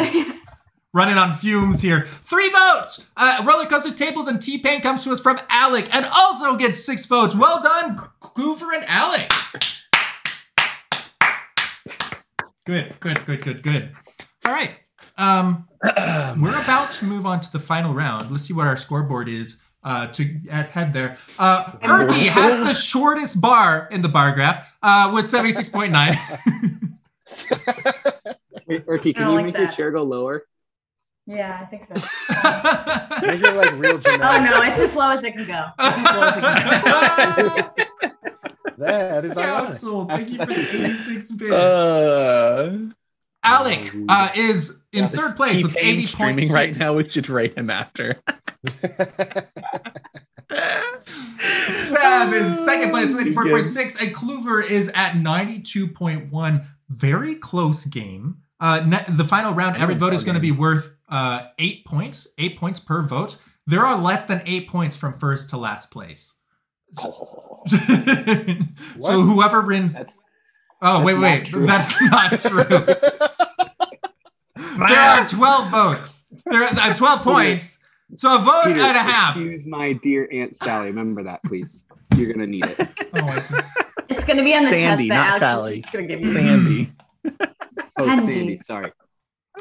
Speaker 2: running on fumes here. Three votes. Uh, roller coaster tables and T Pain comes to us from Alec, and also gets six votes. Well done, G- Goover and Alec. Good, good, good, good, good. All right. Um, we're about to move on to the final round. Let's see what our scoreboard is. Uh, to at head there. Uh, Erky has the shortest bar in the bar graph uh, with seventy six point nine.
Speaker 9: Wait, Erky, can
Speaker 4: I don't
Speaker 9: you
Speaker 4: like
Speaker 9: make your
Speaker 4: that.
Speaker 9: chair go lower?
Speaker 4: Yeah, I think so.
Speaker 1: Make it like real
Speaker 4: Oh
Speaker 1: dramatic.
Speaker 4: no, it's as low as it can go. It's as low as it can go.
Speaker 1: That is ironic.
Speaker 2: Council, thank you for the 86 bits.
Speaker 3: Uh,
Speaker 2: Alec uh, is in third place with
Speaker 3: T-Pain
Speaker 2: 80.6.
Speaker 3: streaming right now. We should rate him after.
Speaker 2: Sav is second place with
Speaker 3: Good.
Speaker 2: 84.6, and Kluver is at 92.1. Very close game. Uh, ne- the final round, every vote is going to be worth uh, eight points, eight points per vote. There are less than eight points from first to last place. so
Speaker 1: What?
Speaker 2: whoever wins.
Speaker 5: That's-
Speaker 2: oh,
Speaker 5: that's
Speaker 2: wait,
Speaker 5: not
Speaker 2: wait.
Speaker 5: true.
Speaker 2: That's not true. there are 12 votes. There are uh, 12 points. So a vote
Speaker 5: Peter,
Speaker 2: and a half.
Speaker 5: excuse my dear Aunt Sally. Remember that, please. You're gonna need it.
Speaker 2: Oh, I just-
Speaker 4: It's gonna be on the
Speaker 3: Sandy,
Speaker 4: test that
Speaker 3: not
Speaker 4: Alex
Speaker 3: Sally.
Speaker 4: is just gonna give you.
Speaker 3: Sandy.
Speaker 5: Oh,
Speaker 4: Handy.
Speaker 5: Sandy, sorry.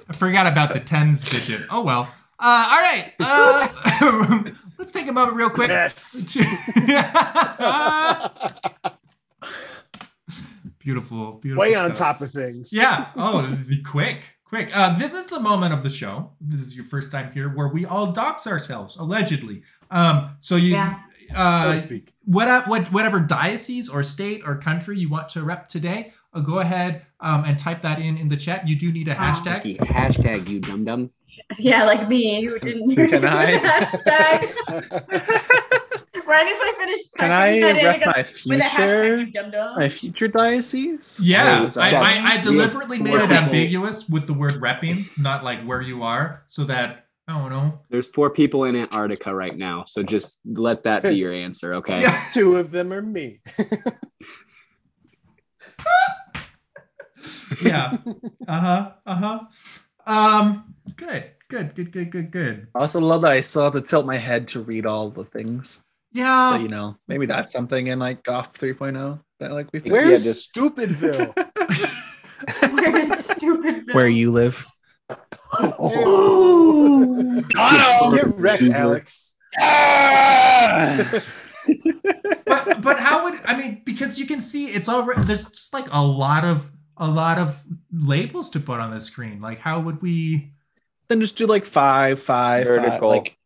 Speaker 2: I forgot about the tens digit. Oh, well. Uh, all right. Uh, let's take a moment real quick.
Speaker 1: Yes.
Speaker 2: beautiful, beautiful.
Speaker 1: Way on
Speaker 2: stuff.
Speaker 1: top of things.
Speaker 2: Yeah. Oh, that'd be quick, quick. Uh, this is the moment of the show. This is your first time here, where we all dox ourselves allegedly. Um, so you,
Speaker 4: Yeah.
Speaker 1: So to
Speaker 2: uh,
Speaker 1: speak.
Speaker 2: what, what, whatever diocese or state or country you want to rep today, uh, go ahead um, and type that in in the chat. You do need a hashtag.
Speaker 5: Ricky, Hashtag you dum dum.
Speaker 4: Yeah, like me who didn't hear
Speaker 3: Can
Speaker 4: the
Speaker 3: I?
Speaker 4: hashtag. right as I finished
Speaker 3: Can
Speaker 4: typing
Speaker 3: I
Speaker 4: that in,
Speaker 3: rep
Speaker 4: go,
Speaker 3: my
Speaker 4: with a hashtag,
Speaker 3: future?
Speaker 4: you dum-dum.
Speaker 3: My future diocese?
Speaker 2: Yeah,
Speaker 5: Wait,
Speaker 2: I,
Speaker 5: so-
Speaker 2: I, I deliberately made it
Speaker 5: people-
Speaker 2: ambiguous with the word repping, not like where you are, so that I don't know.
Speaker 5: There's four people in Antarctica right now, so just let that be your answer, okay?
Speaker 2: Yeah.
Speaker 1: Two of them are me.
Speaker 2: yeah. Uh-huh. Uh-huh. Um good. Good. Good. Good. Good. Good.
Speaker 3: I also love that I still have to tilt my head to read all the things.
Speaker 2: Yeah.
Speaker 3: So, you know, maybe that's something in like Golf 3.0 that like we
Speaker 5: Where-
Speaker 3: found.
Speaker 1: Where's
Speaker 5: just-
Speaker 1: Stupidville?
Speaker 4: Where's stupid Bill?
Speaker 3: Where you live. Oh.
Speaker 1: Ew. Get wrecked, Alex.
Speaker 2: but but how would I mean because you can see it's already there's just like a lot of a lot of labels to put on the screen. Like how would we
Speaker 3: then just do like five, five, five,
Speaker 9: Vertical.
Speaker 3: Like,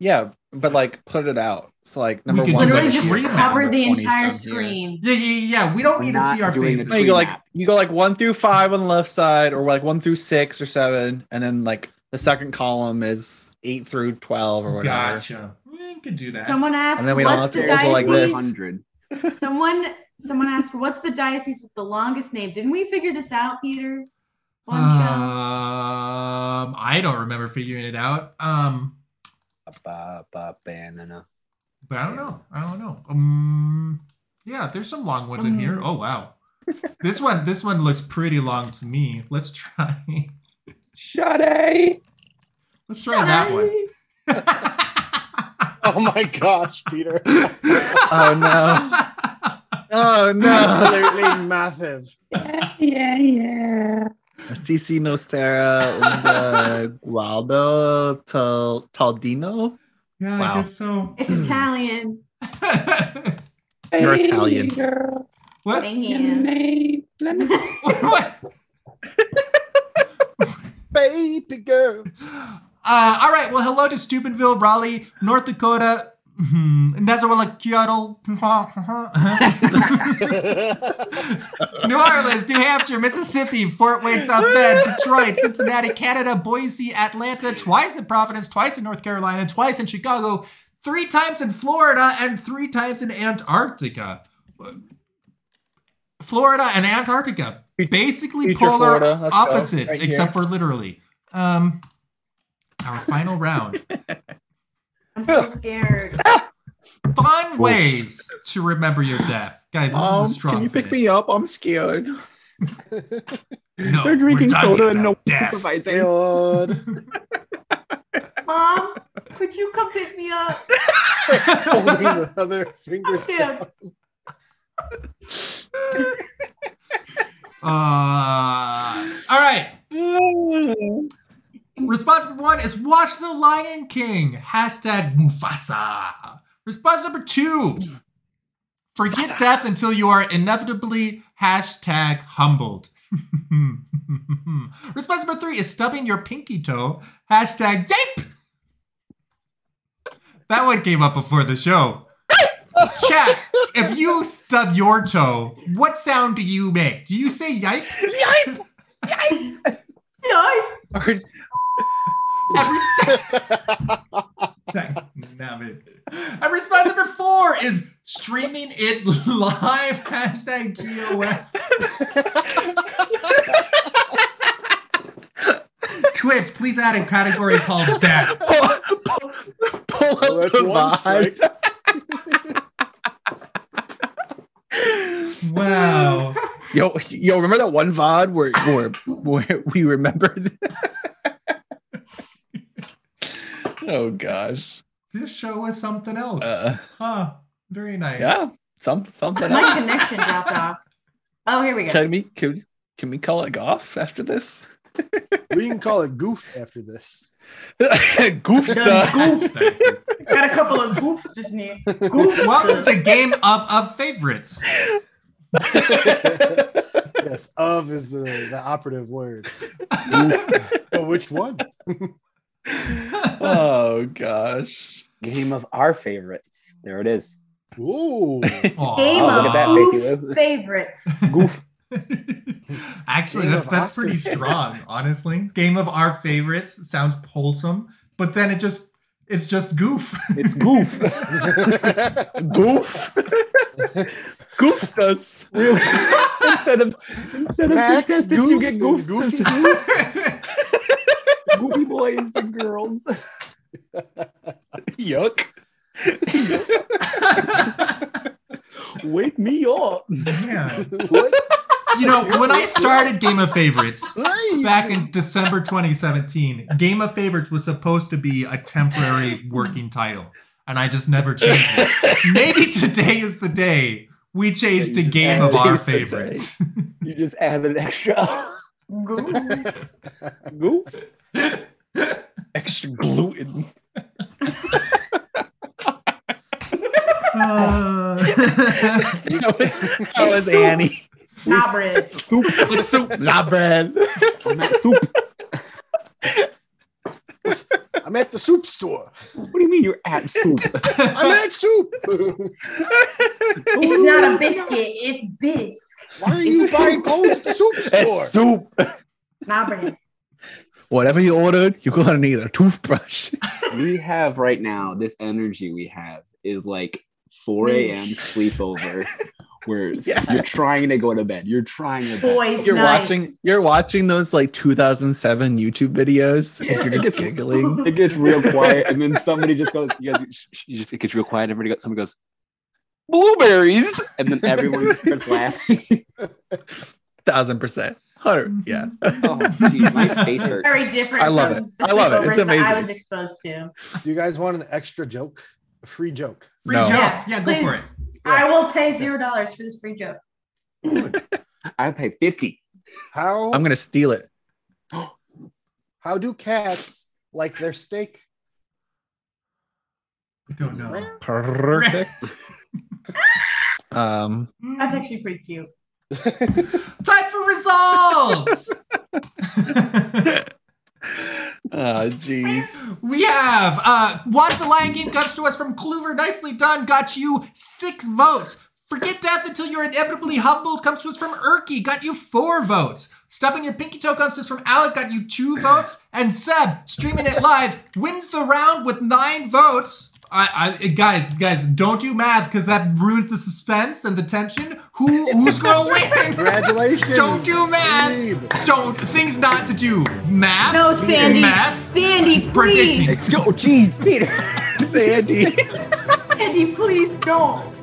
Speaker 3: yeah, but like put it out. So like
Speaker 2: We
Speaker 3: number
Speaker 2: could
Speaker 3: one,
Speaker 2: do
Speaker 4: Literally
Speaker 2: a
Speaker 3: like,
Speaker 4: just
Speaker 2: tree
Speaker 3: here,
Speaker 2: map.
Speaker 4: cover
Speaker 3: number
Speaker 4: the
Speaker 3: 20 is
Speaker 4: entire
Speaker 3: down here.
Speaker 4: screen.
Speaker 2: Yeah, yeah, yeah. We don't need to
Speaker 5: Not
Speaker 2: see our
Speaker 5: doing the
Speaker 2: faces.
Speaker 3: No, you go
Speaker 5: Tree
Speaker 3: like
Speaker 5: map.
Speaker 3: you go like one through five on the left side, or like one through six or seven, and then like the second column is eight through twelve or whatever.
Speaker 2: Gotcha. We could do that.
Speaker 4: Someone asked,
Speaker 3: then we don't
Speaker 4: "What's
Speaker 3: have
Speaker 4: the
Speaker 3: to also
Speaker 4: diocese?"
Speaker 3: like this.
Speaker 5: Hundred.
Speaker 4: Someone, someone asked, "What's the diocese with the longest name?" Didn't we figure this out, Peter? One
Speaker 2: Uh,
Speaker 4: show.
Speaker 2: Um, I don't remember figuring it out. Um,
Speaker 5: Ba, ba, banana.
Speaker 2: but I don't know. I don't know. Um, yeah, there's some long ones in here. Oh wow, this one, this one looks pretty long to me. Let's try.
Speaker 5: Sade.
Speaker 2: Let's try that one.
Speaker 1: Oh my gosh, Peter.
Speaker 3: Oh no! Oh no!
Speaker 1: Absolutely massive.
Speaker 3: CC Nostera and uh, Gualdo Tal- Taldino.
Speaker 2: Yeah, I
Speaker 3: Wow.
Speaker 2: guess so.
Speaker 4: It's Italian.
Speaker 3: You're Italian.
Speaker 2: what?
Speaker 4: Man.
Speaker 2: what?
Speaker 1: Baby girl.
Speaker 2: Uh, all right. Well, hello to Steubenville, Raleigh, North Dakota. Hmm, Nazareth, Kyoto, New Orleans, New Hampshire, Mississippi, Fort Wayne, South Bend, Detroit, Cincinnati, Canada, Boise, Atlanta, twice in Providence, twice in North Carolina, twice in Chicago, three times in Florida, and three times in Antarctica. Florida and Antarctica, basically
Speaker 3: Future
Speaker 2: polar
Speaker 3: Florida, let's go.
Speaker 2: opposites,
Speaker 3: Right here.
Speaker 2: except for literally. Um, our final round.
Speaker 4: I'm so scared.
Speaker 2: Fun ways to remember your death, guys. This
Speaker 3: Um,
Speaker 2: is a strong.
Speaker 3: can you pick
Speaker 2: finish.
Speaker 3: me up? I'm scared.
Speaker 2: No,
Speaker 9: They're drinking
Speaker 2: we're talking
Speaker 9: soda and no
Speaker 2: about death.
Speaker 9: supervising.
Speaker 1: God.
Speaker 4: Mom, could you come pick me up?
Speaker 1: Holding the other fingers.
Speaker 4: Dude,
Speaker 2: Uh, all right. Response number one is watch The Lion King. Hashtag Mufasa. Response number two forget death until you are inevitably hashtag humbled. Response number three is stubbing your pinky toe. Hashtag yape. That one came up before the show. Chat, if you stub your toe, what sound do you make? Do you say yipe? Yipe!
Speaker 4: no,
Speaker 3: Or-
Speaker 2: Every
Speaker 1: to-
Speaker 2: Dynamic. And response number four is streaming it live. Hashtag GOF. Twitch, please add a category called death.
Speaker 3: pull, pull, pull up
Speaker 1: Well, that's
Speaker 3: the
Speaker 1: one
Speaker 3: VOD.
Speaker 1: strike.
Speaker 2: Wow.
Speaker 3: Yo, yo, remember that one VOD where, where, where we remembered? oh gosh.
Speaker 2: This show is something else.
Speaker 5: Uh-uh.
Speaker 3: Uh,
Speaker 2: huh. Very nice.
Speaker 3: yeah, some, something.
Speaker 4: my
Speaker 3: Else.
Speaker 4: connection dropped off. Oh, here we go.
Speaker 3: Can we can, can we call it golf after this?
Speaker 1: we can call it goof after this.
Speaker 3: Goof stuff.
Speaker 2: Fantastic.
Speaker 4: Got a couple of goofs just near. Goofs.
Speaker 2: Welcome to Game of of Favorites.
Speaker 1: Yes, of is the, the operative word. but which one?
Speaker 3: oh gosh.
Speaker 5: Game of our favorites. There it is.
Speaker 1: Ooh.
Speaker 4: Game
Speaker 5: Oh, look at that,
Speaker 4: Ooh.
Speaker 5: baby Lou.
Speaker 4: favorites.
Speaker 5: Goof.
Speaker 2: Actually,
Speaker 1: Game
Speaker 2: that's
Speaker 1: of
Speaker 2: that's
Speaker 1: Oscar.
Speaker 2: pretty strong, honestly. Game of our favorites sounds wholesome, but then it just it's just goof.
Speaker 5: It's goof.
Speaker 3: Goof. Goofs does. Really? instead of
Speaker 5: Instead
Speaker 1: Max,
Speaker 5: contested,
Speaker 1: Goof, and Goofy Goof.
Speaker 5: goofy boys and girls.
Speaker 3: yuck.
Speaker 5: Wake me up.
Speaker 2: yeah.
Speaker 1: What?
Speaker 2: You know, when I started Game of Favorites
Speaker 1: Hey.
Speaker 2: back in December 2017, Game of Favorites was supposed to be a temporary working title, and I just never changed it. Maybe today is the day we change to Game of Our Favorites.
Speaker 5: You just add an extra.
Speaker 3: Goof. Extra gluten.
Speaker 2: Uh,
Speaker 3: that was, that was Annie.
Speaker 4: Snobridge.
Speaker 5: soup.
Speaker 3: The soup, la bread.
Speaker 5: I'm at soup.
Speaker 1: I'm at the soup store.
Speaker 5: What do you mean you're at soup?
Speaker 1: I'm at soup.
Speaker 4: It's not a biscuit, it's bisque.
Speaker 1: Why are you buying clothes at the soup store?
Speaker 3: It's soup.
Speaker 4: Snobridge.
Speaker 3: Whatever you ordered, you're gonna need a toothbrush.
Speaker 5: we have right now this energy we have is like 4 a.m. sleepover where s-
Speaker 3: Yes.
Speaker 5: you're trying to go to bed. You're trying to bed.
Speaker 4: Boys,
Speaker 3: You're
Speaker 4: night.
Speaker 3: watching you're watching those like 2007 YouTube videos and you're just giggling.
Speaker 5: It gets real quiet, and then somebody just goes, "You guys, sh- sh- you just it gets real quiet." Everybody goes, somebody goes, "Blueberries," and then everyone just starts laughing.
Speaker 3: Thousand percent. Hundred. Yeah.
Speaker 5: oh, geez, my face hurts.
Speaker 4: Very different.
Speaker 3: I love
Speaker 4: from
Speaker 3: it.
Speaker 4: the
Speaker 3: I love it. It's
Speaker 4: sleepovers that I
Speaker 3: amazing.
Speaker 4: was exposed to.
Speaker 1: Do you guys want an extra joke? A free joke.
Speaker 2: free
Speaker 3: No.
Speaker 2: joke.
Speaker 4: Yeah,
Speaker 2: Yeah, go
Speaker 4: please.
Speaker 2: for it.
Speaker 4: I will pay zero dollars for this free joke.
Speaker 5: I pay fifty.
Speaker 1: How
Speaker 3: I'm gonna steal it.
Speaker 1: how do cats like their steak?
Speaker 2: I don't know.
Speaker 3: Perfect. um
Speaker 2: Mm.
Speaker 4: That's actually pretty cute.
Speaker 2: Time for results.
Speaker 5: Ah,
Speaker 3: Oh jeez.
Speaker 2: we have uh Wanda Lion King comes to us from Clover. Nicely done. Got you six votes. Forget death until you're inevitably humbled comes to us from Erky. Got you four votes. Stubbing your pinky toe comes to us from Alec. Got you two votes. And Seb, streaming it live, wins the round with nine votes. I, I guys, guys, don't do math because that ruins the suspense and the tension. Who who's gonna win?
Speaker 1: Congratulations.
Speaker 2: Don't do math.
Speaker 1: Steve.
Speaker 2: Don't things not to do. Math.
Speaker 4: No, Sandy.
Speaker 2: Math.
Speaker 4: Sandy,
Speaker 2: Predicting.
Speaker 4: please.
Speaker 5: Yo, jeez, Peter.
Speaker 3: Sandy.
Speaker 4: Sandy, please don't.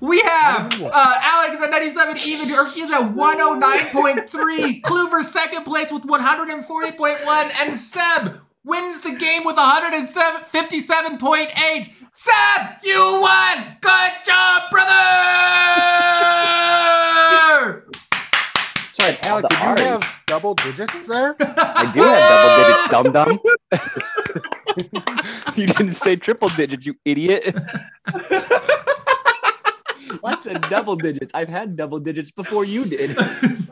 Speaker 2: We have
Speaker 1: What?
Speaker 2: uh, Alex at 97, even Urkia's at 109.3, Kluver second place with 140.1, and Seb wins the game with 157.8. Seb, you won! Good job, brother!
Speaker 5: Sorry,
Speaker 1: Alec, did you
Speaker 5: R's.
Speaker 1: have double digits there?
Speaker 5: I do have double digits, dum dum. you didn't say triple digits, you idiot. I said double digits. I've had double digits before you did.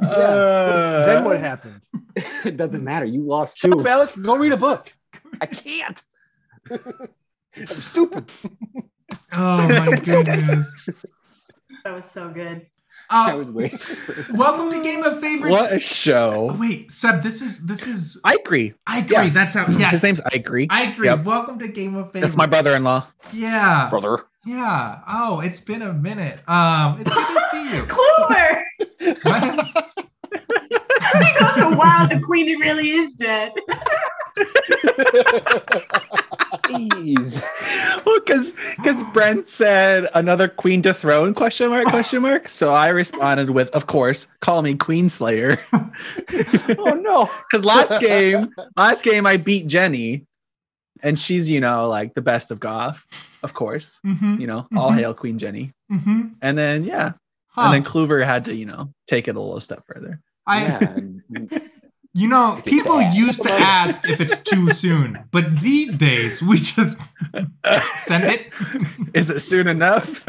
Speaker 3: Uh,
Speaker 1: then what happened?
Speaker 5: it doesn't matter. You lost
Speaker 1: Shut
Speaker 5: too.
Speaker 1: up, Alec. Go read a book.
Speaker 5: I can't.
Speaker 1: I'm stupid.
Speaker 2: Oh my goodness.
Speaker 4: That was so good.
Speaker 5: That
Speaker 2: Uh,
Speaker 5: was weird.
Speaker 2: welcome to Game of Favorites.
Speaker 3: What a
Speaker 2: Oh,
Speaker 3: show.
Speaker 2: wait, Seb, this is this is
Speaker 3: Ikri.
Speaker 2: I agree.
Speaker 3: Yeah.
Speaker 2: That's how yes.
Speaker 3: His name's Ikri.
Speaker 2: I agree.
Speaker 3: Yep.
Speaker 2: Welcome to Game of Favorites.
Speaker 3: That's my brother-in-law.
Speaker 2: Yeah.
Speaker 5: Brother.
Speaker 2: Yeah. Oh, it's been a minute. Um, it's good to see you.
Speaker 4: Clover!
Speaker 2: What?
Speaker 4: Everybody goes, wow, the queen really is dead.
Speaker 5: Jeez.
Speaker 3: well, because because Brent said another queen to throne question mark question mark. So I responded with, of course, call me Queen Slayer.
Speaker 5: Oh no.
Speaker 3: Because last game, last game I beat Jenny, and she's you know like the best of Goth, of course.
Speaker 2: Mm-hmm.
Speaker 3: You know, all
Speaker 2: Mhm.
Speaker 3: hail Queen Jenny.
Speaker 2: Mm-hmm.
Speaker 3: And then yeah,
Speaker 2: Huh.
Speaker 3: and then Kluver had to you know take it a little step further.
Speaker 2: I,
Speaker 5: Yeah.
Speaker 2: you know, people
Speaker 5: Yeah.
Speaker 2: used to ask if it's too soon, but these days we just send it.
Speaker 3: Is it soon enough?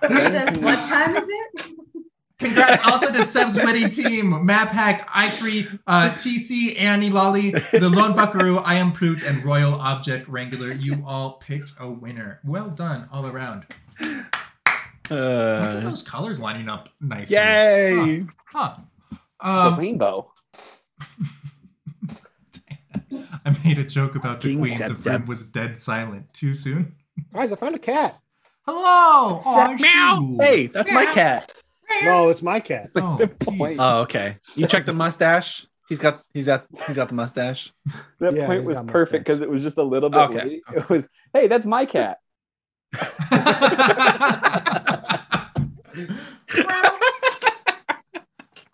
Speaker 4: It says, what time is it?
Speaker 2: Congrats also to Seb's winning team, MapHack, i3, uh, TC, Annie Lolly, The Lone Buckaroo, I Am Proot, and Royal Object Wrangler. You all picked a winner. Well done all around. Look at
Speaker 3: Uh,
Speaker 2: those colors lining up nicely.
Speaker 3: yay!
Speaker 2: Huh.
Speaker 5: the
Speaker 2: Um,
Speaker 5: rainbow.
Speaker 2: I made a joke about the
Speaker 3: King
Speaker 2: queen.
Speaker 3: Seb
Speaker 2: the room
Speaker 3: Seb.
Speaker 2: was dead silent. Too soon.
Speaker 1: Guys, I found a cat.
Speaker 2: Hello. Aw, Shulu.
Speaker 3: Hey, that's my cat.
Speaker 1: No, it's my cat.
Speaker 2: Oh, jeez.
Speaker 3: Oh, okay. You checked the mustache. He's got. He's got. He's got the mustache.
Speaker 5: That
Speaker 1: Yeah,
Speaker 5: point
Speaker 1: he's
Speaker 5: was
Speaker 1: got
Speaker 5: perfect
Speaker 1: mustache.
Speaker 5: because it was just a little bit
Speaker 3: Okay.
Speaker 5: late. It was, hey, that's my cat.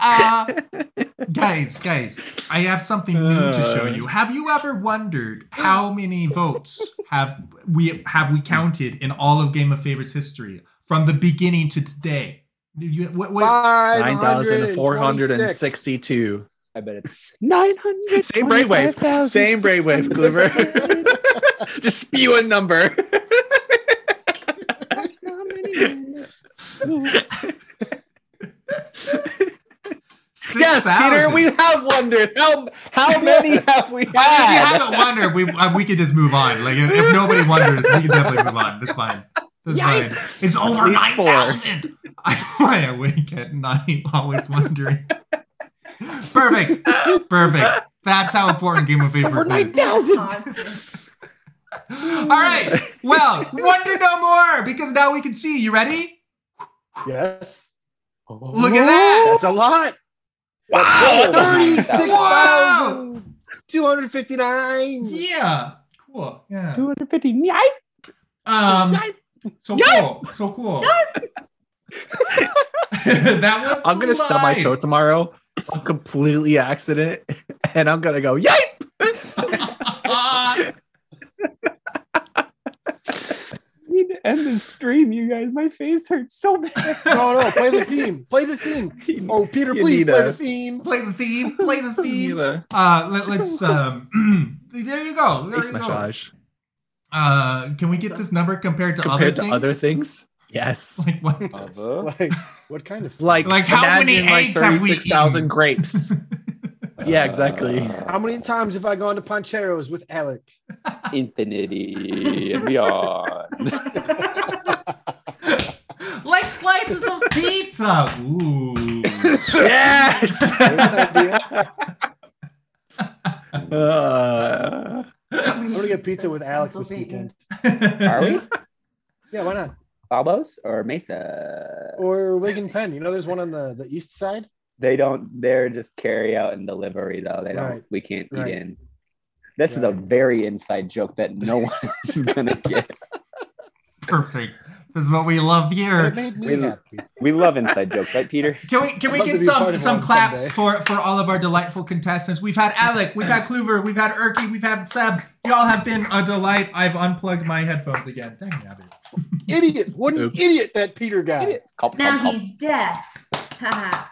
Speaker 2: Uh, guys, guys, I have something new to show
Speaker 3: Uh.
Speaker 2: you. Have you ever wondered how many votes have we have we counted in all of Game of Favorites history from the beginning to today? You- what- what-
Speaker 3: Nine thousand four hundred and
Speaker 1: 9,460.
Speaker 3: sixty-two.
Speaker 5: I bet it's 900.
Speaker 3: Same brainwave. Same brainwave, Kluver. Just spew a number.
Speaker 2: Six
Speaker 3: yes, Peter,
Speaker 2: thousand.
Speaker 3: we have wondered how how many have we
Speaker 2: I mean, if you
Speaker 3: had?
Speaker 2: haven't wondered, we uh, we could just move on. Like if, if nobody wonders, we can definitely move on. That's fine. That's fine. It's over
Speaker 3: least
Speaker 2: nine
Speaker 3: four.
Speaker 2: thousand. I lie awake at night, always wondering. Perfect. Perfect. That's how important Game of Favorites is. All right. Well, wonder no more because now we can see. You ready?
Speaker 1: Yes.
Speaker 2: Look at that. Oh
Speaker 1: That's a lot.
Speaker 2: Wow.
Speaker 1: 36,259.
Speaker 2: Yeah. Cool. Yeah.
Speaker 5: 250. Yeah.
Speaker 2: Um. So cool. So cool. that was.
Speaker 3: I'm gonna stub my toe
Speaker 2: live.
Speaker 3: tomorrow. I'm completely accident, and I'm gonna go. Yay!
Speaker 2: Ah,
Speaker 5: I need to end this stream, you guys. My face hurts so bad.
Speaker 1: No, no, play the theme. Play the theme. Oh, Peter,
Speaker 3: You
Speaker 1: please
Speaker 3: need
Speaker 1: play
Speaker 3: a-
Speaker 1: the theme.
Speaker 2: play the theme. Play the theme.
Speaker 3: Nina,
Speaker 2: Uh, let, let's. Um, there you go. There
Speaker 3: Face
Speaker 2: you go.
Speaker 3: massage.
Speaker 2: Uh, can we get this number compared to
Speaker 3: compared
Speaker 2: other
Speaker 3: to
Speaker 2: things?
Speaker 3: other things. Yes.
Speaker 2: Like what?
Speaker 5: uh,
Speaker 1: Like, what kind of
Speaker 3: Like,
Speaker 2: Like, how many
Speaker 3: imagine, like,
Speaker 2: eggs have we
Speaker 3: 36,000
Speaker 2: eaten?
Speaker 3: grapes. yeah, exactly.
Speaker 1: How many times have I gone to Pancheros with Alec?
Speaker 5: Infinity and beyond.
Speaker 2: like slices of pizza. Ooh.
Speaker 3: yes.
Speaker 1: There's an idea.
Speaker 3: Uh,
Speaker 1: I'm gonna get pizza with Alec this weekend.
Speaker 5: Are we?
Speaker 1: Yeah, why not?
Speaker 5: Bobos or Mesa?
Speaker 1: Or Wigan Penn. You know, there's one on the, the east side.
Speaker 5: They don't. They're just carry out and delivery though. They don't.
Speaker 1: Right.
Speaker 5: We can't
Speaker 1: Right.
Speaker 5: eat in. This is a
Speaker 1: Right.
Speaker 5: very inside joke that no one else is gonna get.
Speaker 2: Perfect. That's what we love here.
Speaker 1: It made me
Speaker 5: Really?
Speaker 1: happy.
Speaker 5: We love inside jokes, right, Peter?
Speaker 2: Can we can
Speaker 1: I'd
Speaker 2: we
Speaker 1: love to
Speaker 2: get
Speaker 1: be part
Speaker 2: some
Speaker 1: of
Speaker 2: some
Speaker 1: one
Speaker 2: claps
Speaker 1: someday.
Speaker 2: for for all of our delightful contestants? We've had Alec, we've had Kluver, we've had Erky, we've had Seb. Y'all have been a delight. I've unplugged my headphones again. Dang nabbit.
Speaker 1: Idiot! What an
Speaker 9: Oops.
Speaker 1: idiot that Peter guy.
Speaker 5: Idiot. Culp,
Speaker 4: Now
Speaker 5: culp, culp.
Speaker 4: he's deaf. Haha.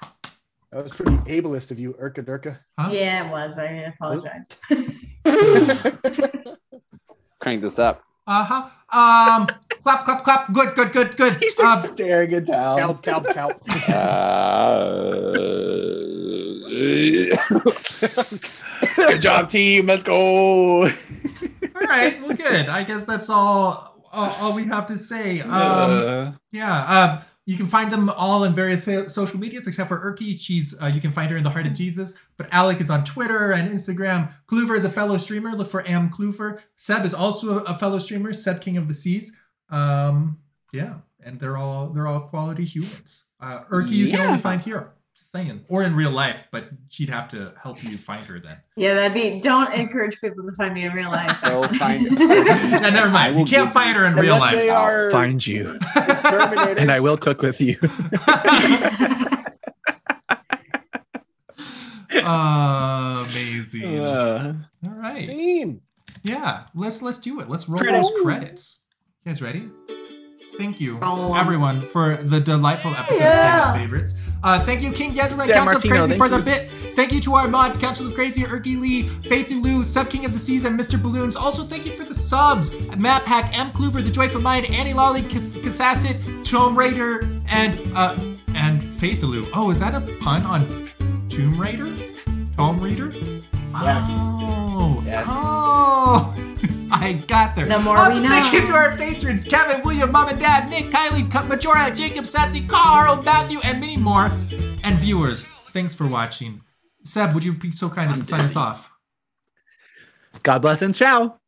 Speaker 1: That was pretty ableist of you, Urka Durka.
Speaker 2: Huh?
Speaker 4: yeah, it was. I apologize.
Speaker 5: Crank this up.
Speaker 2: Uh huh. Um. clap, clap, clap. Good, good, good, good.
Speaker 3: He's
Speaker 2: Uh,
Speaker 3: just staring at Tal.
Speaker 5: Um,
Speaker 1: Calp, calp, calp.
Speaker 5: Uh,
Speaker 9: Good job, team. Let's go.
Speaker 2: all right. Well, good. I guess that's all. All, all we have to say. Um.
Speaker 9: Uh,
Speaker 2: Yeah. Um, you can find them all in various so- social medias except for Erky. She's uh, you can find her in the Heart of Jesus. But Alec is on Twitter and Instagram. Kluver is a fellow streamer. Look for Am Kluver. Seb is also a, a fellow streamer. Seb King of the Seas. Um, yeah, and they're all they're all quality humans. Uh, Erky, you can only find here. Just saying, or in real life, but she'd have to help you find her then.
Speaker 4: yeah, that'd be. Don't encourage people to find me in real life.
Speaker 5: Go find
Speaker 2: Yeah, never
Speaker 5: I
Speaker 2: mind. You
Speaker 5: will
Speaker 2: can't
Speaker 5: give
Speaker 2: find her in real
Speaker 1: Unless
Speaker 2: life.
Speaker 1: they are
Speaker 9: find you,
Speaker 1: exterminators.
Speaker 9: and I will cook with you.
Speaker 2: amazing.
Speaker 9: Uh,
Speaker 2: all right.
Speaker 1: Theme.
Speaker 2: Yeah, let's let's do it. Let's roll
Speaker 3: Credits.
Speaker 2: those credits. You guys ready? Thank you,
Speaker 4: Roll 'em.
Speaker 2: everyone, for the delightful episode of
Speaker 4: Yeah.
Speaker 2: Family Favorites. Uh, thank you, King Yezula and
Speaker 9: Yeah,
Speaker 2: Council
Speaker 9: Martino,
Speaker 2: of Crazy
Speaker 9: thank
Speaker 2: for the
Speaker 9: you.
Speaker 2: bits. Thank you to our mods, Council of Crazy, Erky Lee, Faithy Lou, Sub King of the Seas, and Mr. Balloons. Also, thank you for the subs, Map Hack, M. Kluver, The Joyful Mind, Annie Lolly, Cas- Cassasset, Tomb Raider, and uh, and Faithy Lou. Oh, is that a pun on Tomb Raider? Tomb Raider?
Speaker 3: Yes.
Speaker 2: Oh.
Speaker 3: Yes.
Speaker 2: Oh. I got there.
Speaker 4: The more
Speaker 2: also,
Speaker 4: we
Speaker 2: thank
Speaker 4: know.
Speaker 2: you to our patrons Kevin, William, Mom and Dad, Nick, Kylie, Cut Majora, Jacob, Satsy, Carl, Matthew, and many more. And viewers, thanks for watching. Seb, would you be so kind as to sign us off?
Speaker 3: God bless and ciao.